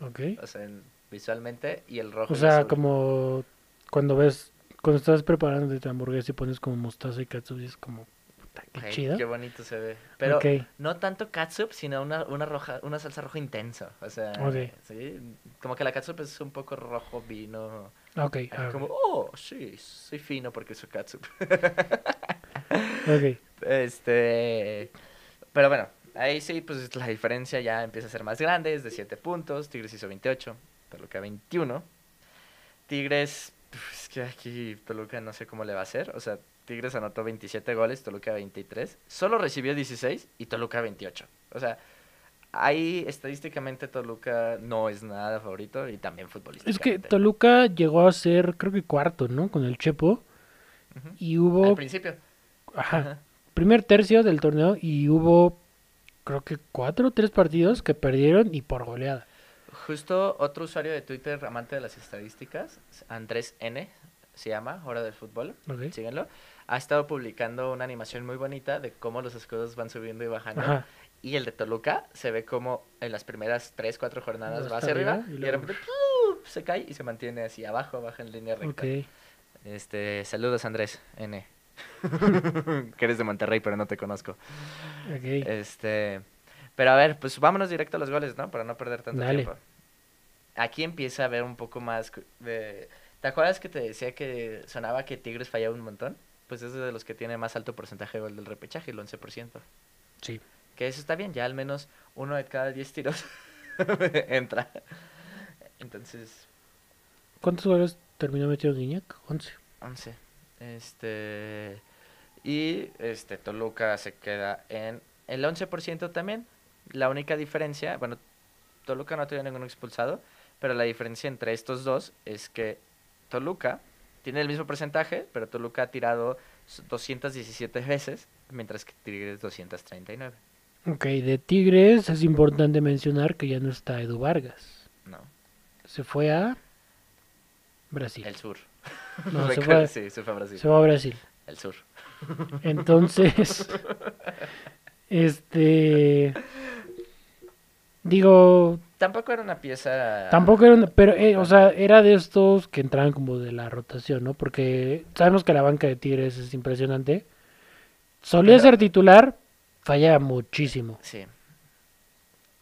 Ok.
O sea, en- visualmente y el rojo.
O
y
sea,
azul.
como cuando ves, cuando estás preparando tu hamburguesa y pones como mostaza y katsu y es como, puta, qué
Ay,
chido.
Qué bonito se ve. Pero
Ok.
no tanto catsup, sino una, una, roja, una salsa roja intensa. O sea,
Ok.
sí, como que la catsup es un poco rojo vino.
Ok, ah,
Como, oh, sí, soy fino porque soy catsup.
ok.
Este. Pero bueno, ahí sí, pues la diferencia ya empieza a ser más grande, es de 7 puntos. Tigres hizo 28, Toluca 21. Tigres, pf, es que aquí Toluca no sé cómo le va a hacer. O sea, Tigres anotó 27 goles, Toluca 23. Solo recibió 16 y Toluca 28. O sea, ahí estadísticamente Toluca no es nada favorito y también futbolista.
Es que Toluca llegó a ser, creo que cuarto, ¿no? Con el Chepo.
Ujú.
Y
Al
hubo,
principio.
ajá,
Ajá.
primer tercio del torneo y hubo, creo que cuatro o tres partidos que perdieron y por goleada.
Justo otro usuario de Twitter, amante de las estadísticas, Andrés N, se llama, Hora del Fútbol,
Ok.
síganlo, ha estado publicando una animación muy bonita de cómo los escudos van subiendo y bajando.
Ajá.
Y el de Toluca se ve como en las primeras 3, 4 jornadas
Hasta
va hacia arriba,
arriba, y
y, de
luego-
repente ¡pum! se cae y se mantiene así abajo, baja en línea recta.
Ok.
Este, saludos Andrés N. que eres de Monterrey, pero no te conozco.
Ok.
Este, pero a ver, pues vámonos directo a los goles, ¿no? Para no perder tanto
Dale.
tiempo. Aquí empieza a haber un poco más cu- de... ¿Te acuerdas que te decía que sonaba que Tigres fallaba un montón? Pues es de los que tiene más alto porcentaje de gol del repechaje, el 11%.
Sí.
Que eso está bien, ya al menos uno de cada 10 tiros entra. Entonces,
¿Cuántos goles terminó metiendo Guiñac? Once.
11. Este. Y este Toluca se queda en el 11% también. La única diferencia, bueno, Toluca no tiene ningún expulsado, pero la diferencia entre estos dos es que Toluca tiene el mismo porcentaje, pero Toluca ha tirado s- 217 veces, mientras que Tigres 239.
Ok, de Tigres es importante mencionar que ya no está Edu Vargas.
No,
Se fue a Brasil.
el sur.
No, se fue-
Recuerda- sí, se fue a Brasil.
Se va a Brasil.
El sur.
Entonces, este... Digo,
Tampoco era una pieza.
tampoco era una- Pero, eh, o sea, era de estos que entraban como de la rotación, ¿no? Porque sabemos que la banca de Tigres es impresionante. Solía
Pero-
ser titular, fallaba muchísimo.
Sí.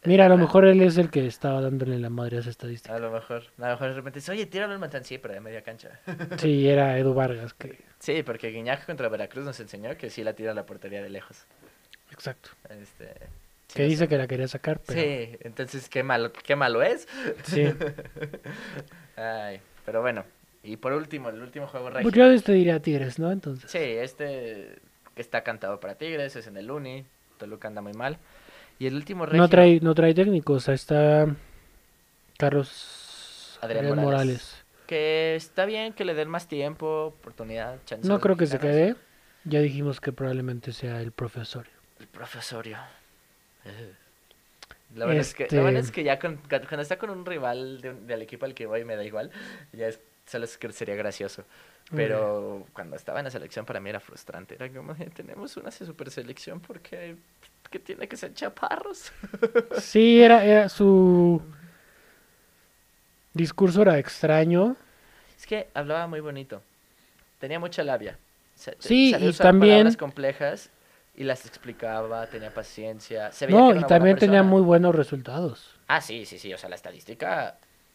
Mira, a lo
Ah.
mejor él es el que estaba dándole la madre a esa estadística.
A lo mejor, a lo mejor de repente dice, oye, tíralo al Matan, sí, pero de media cancha.
Sí, era Edu Vargas, que...
Sí, porque Guiñac contra Veracruz nos enseñó que sí la tira a la portería de lejos.
Exacto.
Este, sí,
Que
no
dice
sé.
que la quería sacar, pero...
Sí, entonces qué malo, qué malo es.
Sí.
Ay, pero bueno, y por último, el último juego regio.
Pues yo despediría a Tigres, ¿no? Entonces.
Sí, este que está cantado para Tigres, es en el Uni, Toluca anda muy mal. Y el último regio,
No trae, no trae técnico, o sea, está Carlos
Adrián
Adrián Morales.
Morales. que está bien que le den más tiempo, oportunidad, chance. a
No
los
creo que se
mexicanos.
quede. Ya dijimos que probablemente sea el profesor.
El profesorio. Lo bueno, es que,
Este-
lo bueno es que ya con- con- cuando está con un rival de un- del equipo al que voy me da igual, ya es, solo es que sería gracioso. Pero cuando estaba en la selección para mí era frustrante. Era como, "Eh, tenemos una super selección porque que tiene que ser chaparros.
Sí, era, era su discurso era extraño.
es que hablaba muy bonito. Tenía mucha labia. Sa-
Sí,
sabía
y
usar
también-
palabras complejas y las explicaba, tenía paciencia. Se veía que
No,
era
y
una buena
también tenía
persona.
muy buenos resultados.
Ah, sí, sí, sí. O sea, la estadística.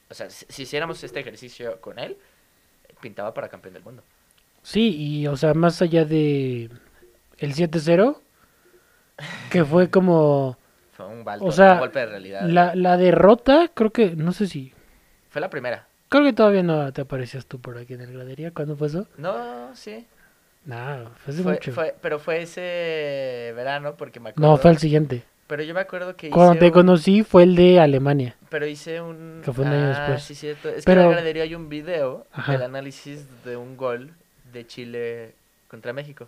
O sea, si, si hiciéramos este ejercicio con él, pintaba para campeón del mundo.
Sí, y o sea, más allá de el 7-0, que fue como
Fue un, balto,
O sea,
un golpe de realidad.
la, la derrota, creo que, no sé si,
Fue la primera.
creo que todavía no te aparecías tú por aquí en el gradería. ¿Cuándo fue eso?
No, sí.
No, fue hace
Fue,
mucho.
fue- pero fue ese verano porque me acuerdo.
No, fue el siguiente.
Pero yo me acuerdo que hice.
Cuando te
un-
conocí fue el de Alemania.
Pero hice un.
Que fue un año
Ah,
después.
sí, cierto. Es
Pero-
que en la gradería hay un video
Ajá.
del análisis de un gol de Chile contra México.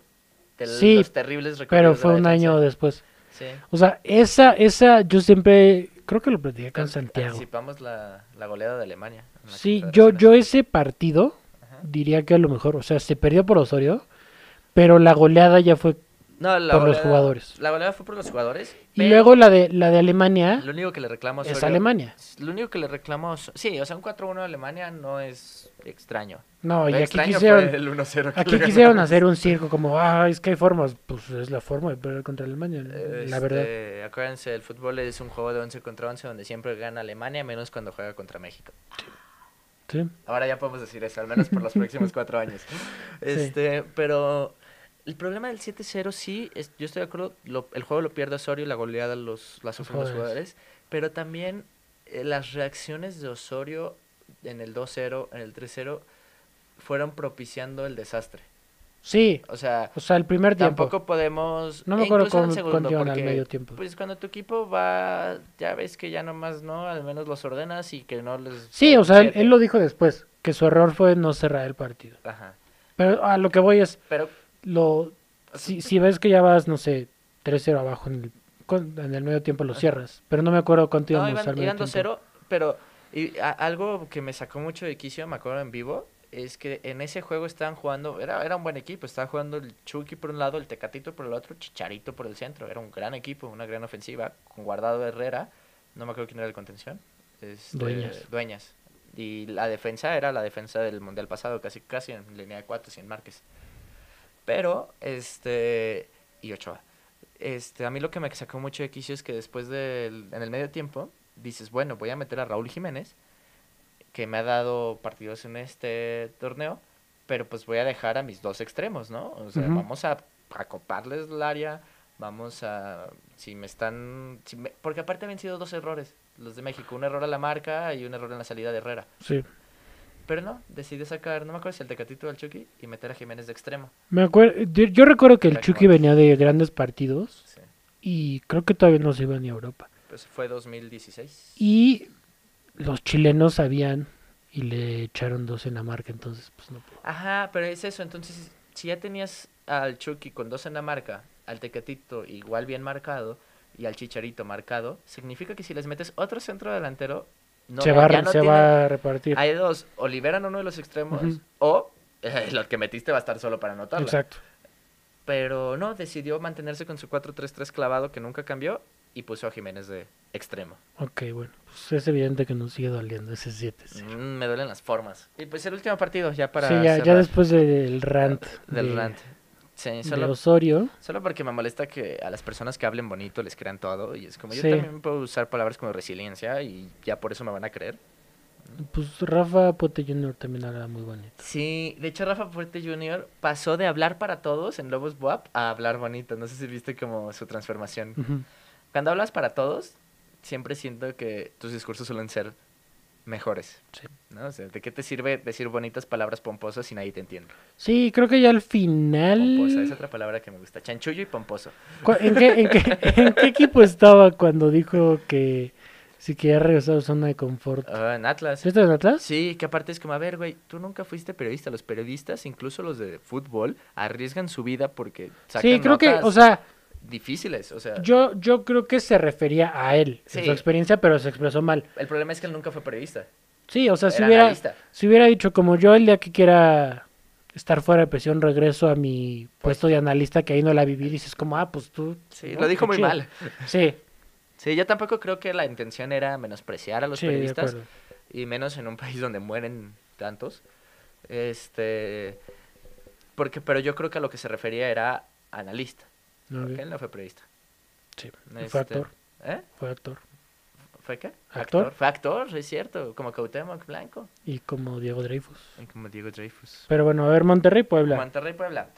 de
Sí,
los terribles recorridos
Pero
de
fue
la
un
defensa.
año después.
Sí.
O sea, esa, esa, yo siempre, creo que lo platicé con
Entonces,
Santiago.
Anticipamos la, la goleada de Alemania. en la
Sí,
Copa de
yo, yo
Naciones.
ese partido diría que a lo mejor, o sea, se perdió por Osorio, pero la goleada ya fue.
No, la
por los
goleada-
jugadores.
La goleada fue por los jugadores.
Y
pero
luego la de, la de Alemania
Lo único que le reclamo a
es
Osorio-
Alemania.
Lo único que le reclamo. a Oso- Sí, o sea, un 4-1 a Alemania no es extraño.
No, y
Lo
aquí
extraño fue
quisieron,
el 1-0. que
aquí
le
quisieron
ganamos.
hacer un circo como, ah, es que hay formas. Pues es la forma de perder contra Alemania, la verdad.
Este, acuérdense, el fútbol es un juego de 11 contra 11 donde siempre gana Alemania, menos cuando juega contra México.
Sí.
Ahora ya podemos decir eso, al menos por los próximos cuatro años. Este, Pero el problema del 7-0 sí, es- yo estoy de acuerdo, lo- el juego lo pierde Osorio, la goleada los, la sufren los
jugadores.
jugadores, pero también eh, las reacciones de Osorio en el 2-0, en el 3-0, fueron propiciando el desastre.
Sí,
O sea,
o sea, el primer tiempo.
Tampoco podemos.
No me
e
acuerdo
incluso en el
cuán-
segundo,
cuánto iban al
porque,
medio tiempo.
Pues cuando tu equipo va, ya ves que ya nomás no, al menos los ordenas y que no les.
Sí, o sea, él,
siete.
él lo dijo después, que su error fue no cerrar el partido.
Ajá.
Pero a lo que voy es,
Pero
lo si, si ves que ya vas, no sé, 3-0 abajo en el, con- en el medio tiempo lo cierras. Pero no me acuerdo cuánto
no,
íbamos al
iban,
medio
iban
tiempo.
2-0, pero y a- algo que me sacó mucho de quicio, me acuerdo en vivo, es que en ese juego estaban jugando, era, era un buen equipo, estaba jugando el Chucky por un lado, el Tecatito por el otro, Chicharito por el centro, era un gran equipo, una gran ofensiva, con Guardado Herrera, no me acuerdo quién era el contención, este,
Dueñas.
Dueñas. Y la defensa era la defensa del Mundial pasado, casi casi en línea de 4, sin Márquez. Pero, este, y Ochoa. Este, a mí lo que me sacó mucho de quicio es que después del, en el medio tiempo, dices, bueno, voy a meter a Raúl Jiménez, que me ha dado partidos en este torneo, pero pues voy a dejar a mis dos extremos, ¿no? O sea,
Ujú.
vamos a acoparles el área, vamos a, si me están, si me- porque aparte habían sido dos errores, los de México, un error a la marca y un error en la salida de Herrera.
Sí.
Pero no, decidí sacar, no me acuerdo si el Tecatito o el Chucky, y meter a Jiménez de extremo.
Me acuer- yo, yo recuerdo que el
Era
Chucky
como-
venía de grandes partidos
Sí.
y creo que todavía no se iba ni a Europa.
Pues fue 2016.
Y los chilenos sabían y le echaron dos en la marca, entonces pues no pudo.
Ajá, pero es eso. Entonces, si ya tenías al Chucky con dos en la marca, al Tecatito igual bien marcado y al Chicharito marcado, significa que si les metes otro centro delantero, no,
se
ya-
va, a
ya
re-
no
se
tienen-
va a repartir.
Hay dos, o liberan uno de los extremos
Ujú.
o eh, el que metiste va a estar solo para anotarla.
Exacto.
Pero no, decidió mantenerse con su 4-3-3 clavado que nunca cambió y puso a Jiménez de extremo.
Ok, bueno. Pues es evidente que nos sigue doliendo ese 7. Sí,
Mm, me duelen las formas. Y pues el último partido ya para
Sí, ya, ya
cerrar
después del rant.
del
de-
rant. Sí,
de
solo
Osorio.
Solo porque me molesta que a las personas que hablen bonito les crean todo. Y es como yo
Sí.
también puedo usar palabras como resiliencia y ya por eso me van a creer.
Pues Rafa Pote Jr. también habla muy bonito.
Sí, de hecho Rafa Fuerte Jr. pasó de hablar para todos en Lobos Buap a hablar bonito. No sé si viste como su transformación.
Mm.
Cuando hablas para todos, siempre siento que tus discursos suelen ser mejores.
Sí.
¿no? O sea, ¿de qué te sirve decir bonitas palabras pomposas si nadie te entiende?
Sí, creo que ya al
Pomposa es
final.
otra palabra que me gusta. Chanchullo y pomposo.
¿Cu- ¿En qué, en, qué, en qué equipo estaba cuando dijo que si quería regresar a su zona de confort?
Ah, en Atlas.
¿Sí estás en Atlas?
Sí, que aparte es como, a ver, güey, tú nunca fuiste periodista. Los periodistas, incluso los de fútbol, arriesgan su vida porque sacan
Sí, creo que,
notas
o sea,
difíciles. O sea,
yo, yo creo que se refería a él, en
Sí.
su experiencia, pero se expresó mal.
el problema es que él nunca fue periodista.
Sí, o sea, si
Era
hubiera,
analista.
si hubiera dicho como yo el día que quiera estar fuera de presión, regreso a mi puesto de analista que ahí no la viví, dices como, ah, pues tú...
Sí,
¿no?
lo
Qué
dijo muy
chido.
mal.
Sí,
Sí, yo tampoco creo que la intención era menospreciar a los
sí, de
periodistas,
acuerdo.
y menos en un país donde mueren tantos. Este. Porque, pero yo creo que a lo que se refería era analista.
Ok,
Él no fue periodista.
sí.
Este,
Fue actor,
¿Eh?
fue actor.
¿Fue qué?
Actor.
Fue actor, es cierto. Como Cuauhtémoc Blanco.
Y como Diego Dreyfus.
Y Como Diego Dreyfus.
Pero bueno, a ver, Monterrey, Puebla.
Monterrey Puebla.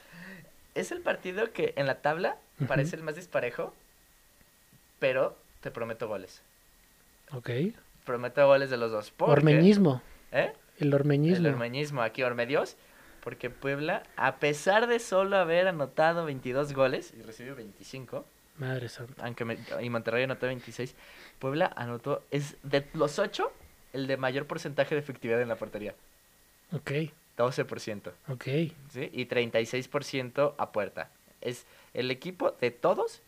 Es el partido que en la tabla
Ujú.
parece el más disparejo, pero te prometo goles.
ok.
Prometo goles de los dos. porque-
Ormeñismo.
¿Eh?
El
El
ormeñismo.
ormeñismo, aquí Ormedios. Porque Puebla, a pesar de solo haber anotado 22 goles y recibió 25,
Madre santa.
aunque me- y Monterrey anotó 26, Puebla anotó, es de los 8, el de mayor porcentaje de efectividad en la portería,
Ok,
12%,
ok.
¿sí? Y 36% a puerta. es el equipo de todos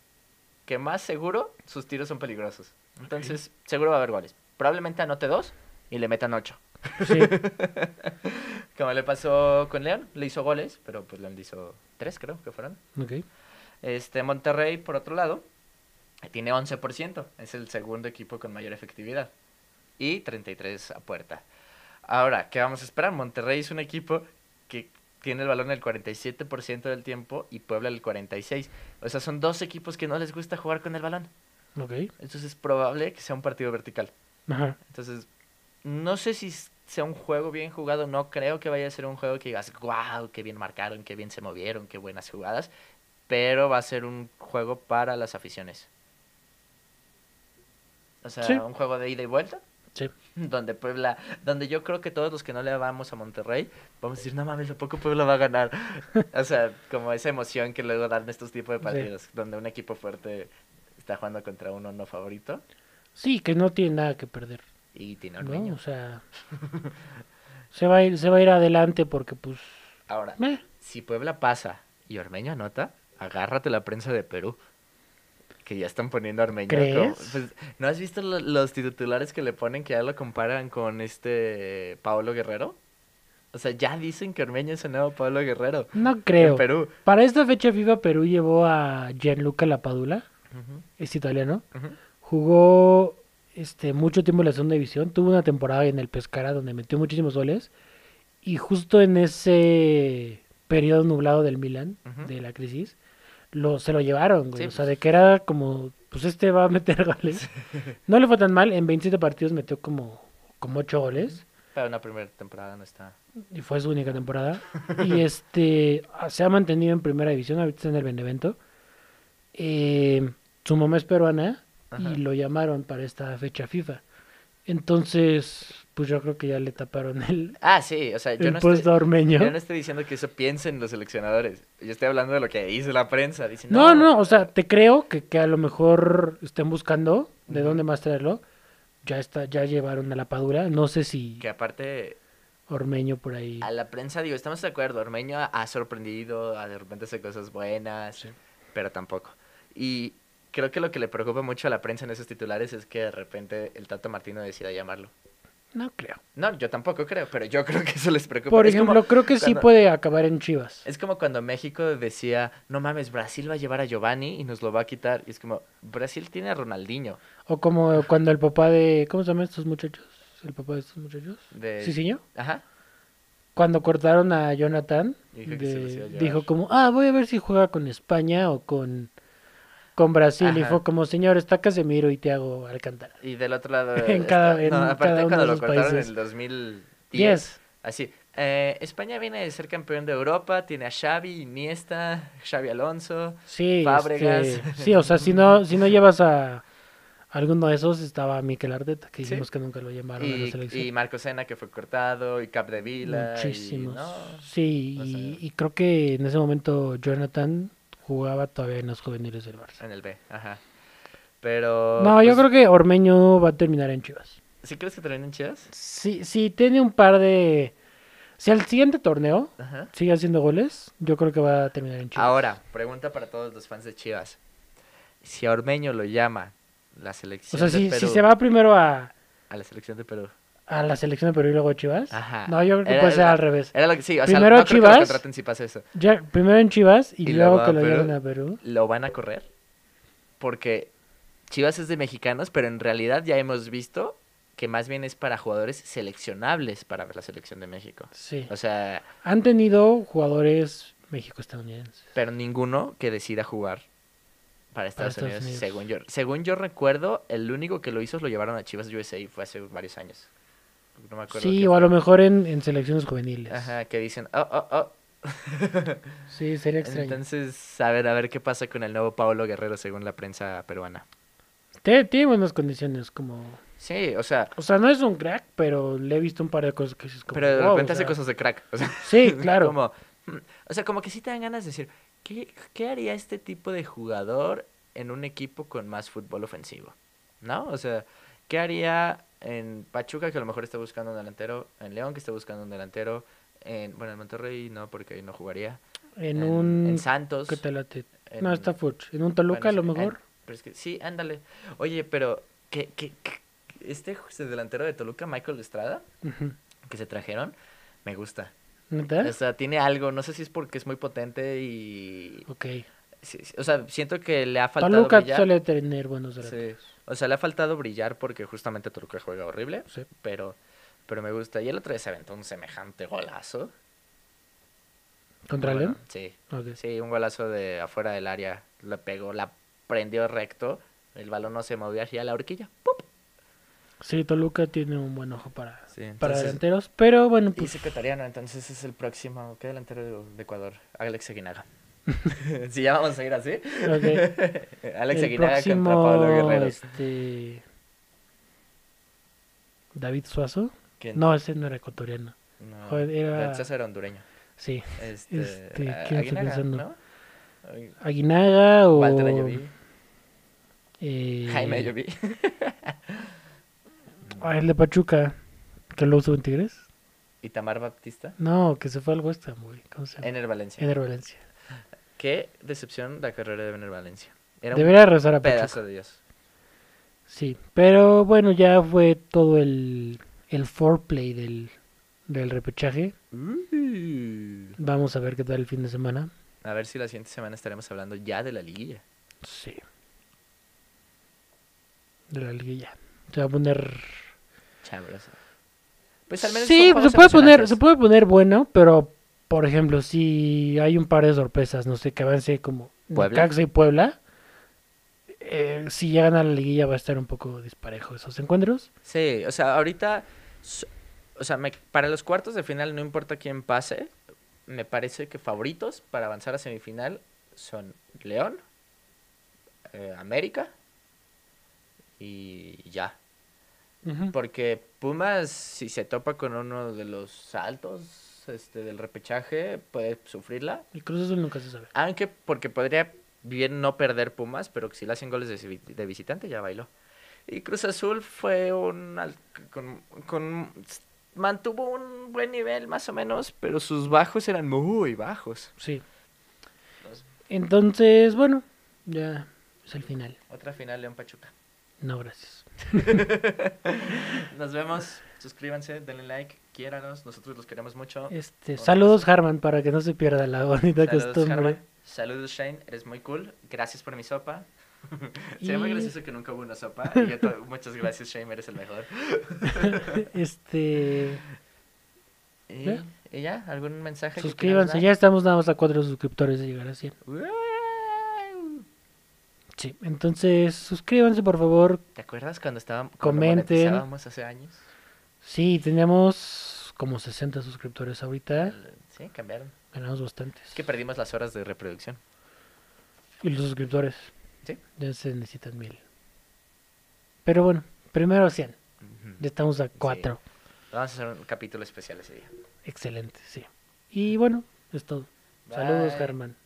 que más seguro sus tiros son peligrosos. Entonces, seguro va a haber goles. Probablemente anote dos y le metan ocho.
Sí.
Como le pasó con León, le hizo goles, pero pues León le hizo tres, creo que fueron.
Ok.
Este, Monterrey, por otro lado, tiene 11%. Es el segundo equipo con mayor efectividad. Y 33 a puerta. Ahora, ¿qué vamos a esperar? Monterrey es un equipo que tiene el balón el 47% del tiempo y Puebla el 46%. O sea, son dos equipos que no les gusta jugar con el balón.
Ok.
Entonces es probable que sea un partido vertical.
Ajá.
Entonces, no sé si s- sea un juego bien jugado, no creo que vaya a ser un juego que digas, wow, qué bien marcaron, qué bien se movieron, qué buenas jugadas, pero va a ser un juego para las aficiones. O sea,
Sí.
un juego de ida y vuelta,
Sí.
donde Puebla, donde yo creo que todos los que no le vamos a Monterrey, vamos a decir, no mames, lo poco Puebla va a ganar. o sea, como esa emoción que luego dan estos tipos de
Sí.
partidos, donde un equipo fuerte está jugando contra uno no favorito
Sí, que no tiene nada que perder.
y tiene un
¿no? pues, O sea, se va a ir, se va a ir adelante porque pues
Ahora,
meh,
Si Puebla pasa y Ormeño anota, agárrate la prensa de Perú. Que ya están poniendo a Ormeño.
¿Crees?
como- pues, ¿No has visto lo- los titulares que le ponen que ya lo comparan con este Pablo Guerrero? O sea, ya dicen que Ormeño es el nuevo Pablo Guerrero.
no creo.
En Perú.
Para esta fecha FIFA Perú llevó a Gianluca Lapadula, es italiano. Jugó este mucho tiempo en la segunda división, tuvo una temporada en el Pescara donde metió muchísimos goles y justo en ese periodo nublado del Milan,
Ujú.
de la crisis, lo, se lo llevaron, güey.
Sí,
o sea,
pues.
de que era como, pues este va a meter goles. No le fue tan mal, en 27 partidos metió como, como 8 goles
Pero una primera temporada no está.
y fue su única temporada. Y este ah, se ha mantenido en primera división, ahorita está en el Benevento. Eh, su mamá es peruana
Ajá.
y lo llamaron para esta fecha FIFA. Entonces, pues yo creo que ya le taparon el,
Ah, sí, o sea, yo
el
no,
puesto
estoy,
a Ormeño.
yo no estoy diciendo que eso piensen los seleccionadores. Yo estoy hablando de lo que dice la prensa. Dicen,
No, no, o sea, te creo que, que a lo mejor estén buscando de
Ujú.
dónde más traerlo. Ya está, ya llevaron a la padura. No sé si
Que aparte,
Ormeño por ahí.
A la prensa, digo, estamos de acuerdo. Ormeño ha- ha sorprendido, ha de repente hace cosas buenas, pero tampoco. Y creo que lo que le preocupa mucho a la prensa en esos titulares es que de repente el Tato Martino decida llamarlo.
No creo.
No, yo tampoco creo, pero yo creo que eso les preocupa.
Por
Es como
ejemplo, creo que sí
cuando-
puede acabar en Chivas.
Es como cuando México decía, no mames, Brasil va a llevar a Giovanni y nos lo va a quitar. Y es como, Brasil tiene a Ronaldinho.
O como cuando el papá de. ¿Cómo se llaman estos muchachos? ¿El papá de estos muchachos?
De...
¿Sisiño?
Ajá.
Cuando cortaron a Jonathan,
Dijo que se los
de-
iba a llevar.
dijo como, ah, voy a ver si juega con España o con, con Brasil. Y
Ajá.
fue como, señor, está Casemiro y Thiago Alcántara.
Y del otro lado.
En cada- en
aparte,
cada uno
cuando
de
lo
esos
cortaron
países.
en el 2010.
Yes.
Así. eh, España viene de ser campeón de Europa, tiene a Xavi, Iniesta, Xavi Alonso.
Sí,
Fábregas.
este, sí, o sea, si no, si no llevas a alguno de esos, estaba Mikel Arteta, que
Sí.
dijimos que nunca lo llamaron a la
Y,
selección.
y Marco Sena que fue cortado, y Capdevila.
Muchísimos.
Y, no,
Sí,
o sea-
y, y creo que en ese momento Jonathan jugaba todavía en los juveniles del Barça.
en el B, ajá. Pero.
No, yo
pues,
creo que Ormeño va a terminar en Chivas.
¿Sí crees que terminen chidas?
Si, si tiene un par de... Si al siguiente torneo
Ajá.
sigue haciendo goles, yo creo que va a terminar en Chivas.
Ahora, pregunta para todos los fans de Chivas. Si a Ormeño lo llama la
O
selección
sea,
de
si, si
Perú-
se va primero a,
a la selección de Perú.
a la selección de Perú y luego a Chivas,
Ajá.
no, yo creo que
Era-
puede ser
era-
al revés.
Era lo que sí, o sea,
Primero
no creo que lo
Chivas.
contraten si pasa eso.
Ya, primero en Chivas y,
Y
luego,
luego a
que lo
Perú.
lleven a Perú.
lo van a correr. Porque Chivas es de mexicanos, pero en realidad ya hemos visto que más bien es para jugadores seleccionables para la selección de México.
Sí.
O sea,
Han tenido jugadores México-estadounidenses.
pero ninguno que decida jugar para Estados,
Estados
Unidos,
Unidos.
según yo. Según yo recuerdo, el único que lo hizo lo llevaron a Chivas USA y fue hace varios años. No me acuerdo.
Sí,
qué
o a
fue.
lo mejor en, en selecciones juveniles.
Ajá, que dicen, oh, oh, oh.
Sí, sería extraño.
Entonces, a ver, a ver qué pasa con el nuevo Paolo Guerrero según la prensa peruana.
Te- tiene buenas condiciones, como...
Sí, o sea,
O sea, no es un crack, pero le he visto un par de cosas que sí es como...
Pero de
"Wow", o
repente hace
sea,
cosas de crack. O sea,
Sí, claro.
como, mm, o sea, como que sí te dan ganas de decir, ¿qué, qué haría este tipo de jugador en un equipo con más fútbol ofensivo? ¿No? O sea, ¿qué haría en Pachuca, que a lo mejor está buscando un delantero, en León, que está buscando un delantero, en, bueno, en Monterrey no, porque ahí no jugaría.
En, un.
en Santos.
¿Qué te late?
en-
No, está Fuch. En un Toluca, a lo
Bueno, sí, ah,
mejor.
pero es que- sí, ándale. Oye, pero que, este ju- delantero de Toluca, Michael Estrada,
Ujú.
que se trajeron, me gusta.
¿Neta?
O sea, tiene algo, no sé si es porque es muy potente y...
Ok.
sí, sí, o sea, siento que le ha faltado
Toluca
brillar.
suele tener buenos delanteros.
Sí. O sea, le ha faltado brillar porque justamente Toluca juega horrible,
Sí.
pero, pero me gusta. Y el otro día se aventó un semejante golazo.
¿Contra León?
Bueno, Sí.
Ok.
Sí, un golazo de afuera del área. La pegó, la prendió recto. El balón no se movió hacia la horquilla. ¡Pup!
Sí, Toluca tiene un buen ojo para,
Sí,
para
entonces-
delanteros. Pero bueno,
Y
pues.
secretariano, entonces es el próximo. ¿Qué delantero de- de Ecuador? Alex Aguinaga. si ya vamos a ir así.
ok.
Alex
el
Aguinaga
próximo,
contra Pablo Guerrero.
Este... David Suazo.
¿Quién?
No, ese no era ecuatoriano.
No,
joder, era-
Entonces era hondureño.
Sí.
Este,
Este,
a-
¿quién estoy
Aguinaga,
pensando? Oh,
¿no? Ay,
Aguinaga o.
Walter Ayoví,
eh,
Jaime Ayoví.
ah, el de Pachuca. Que lo usó en Tigres.
Itamar Baptista.
No, que se fue al West Ham, güey. ¿Cómo se llama?
Ener Valencia.
Ener Valencia.
Qué decepción la carrera de Ener Valencia. Era un
Debería rezar a Pachuca.
pedazo de Dios.
Sí, pero bueno, ya fue todo el, el foreplay del, del repechaje. Vamos a ver qué tal el fin de semana.
A ver si la siguiente semana estaremos hablando ya de la liguilla.
Sí. De la liguilla. Se va a poner.
Chabros. Pues al menos
sí,
son
se
juegos
puede, poner,
emocionantes.
se puede poner bueno, pero por ejemplo, si hay un par de sorpresas, no sé, que avance como
Puebla.
Necaxa y Puebla, eh, si llegan a la liguilla va a estar un poco disparejo esos encuentros.
Sí, o sea, ahorita. s- O sea, me- para los cuartos de final, no importa quién pase, me parece que favoritos para avanzar a semifinal son León, eh, América y ya. Porque Pumas, si se topa con uno de los altos este, del repechaje, puede sufrirla.
El Cruz Azul nunca se sabe.
Aunque, porque podría bien no perder Pumas, pero si le hacen goles de, vi- de visitante, ya bailó. Y Cruz Azul fue un. al- Con, con- mantuvo un buen nivel, más o menos, pero sus bajos eran muy bajos.
Sí. Entonces, bueno, ya es el final.
Otra final, León Pachuca.
No, gracias.
Nos vemos. Suscríbanse, denle like, quiéranos. Nosotros los queremos mucho.
Este,
Otra
saludos Harman para que no se pierda la bonita
Saludos,
costumbre.
Germán. Saludos, Shane. Eres muy cool. Gracias por mi sopa. Sería muy
Y-
gracioso que nunca hubo una sopa. Y yo to- muchas gracias, Shane. Eres el mejor.
Este,
¿Y,
¿Ya?
y ya? ¿Algún mensaje? que quieras
suscríbanse, ya
dar?
estamos nada más a cuatro suscriptores de llegar a 100.
¡Wow!
Sí, entonces suscríbanse por favor.
¿Te acuerdas cuando estábamos
Comenten.
hace años?
Sí, teníamos como 60 suscriptores ahorita,
Sí, cambiaron.
ganamos bastantes.
Es que perdimos las horas de reproducción.
Y los suscriptores.
Sí.
Ya se necesitan mil. Pero bueno, primero 100. Ya estamos a cuatro.
Vamos a hacer un capítulo especial ese día.
Excelente, sí. Y bueno, es todo. Saludos,
Bye.
Germán.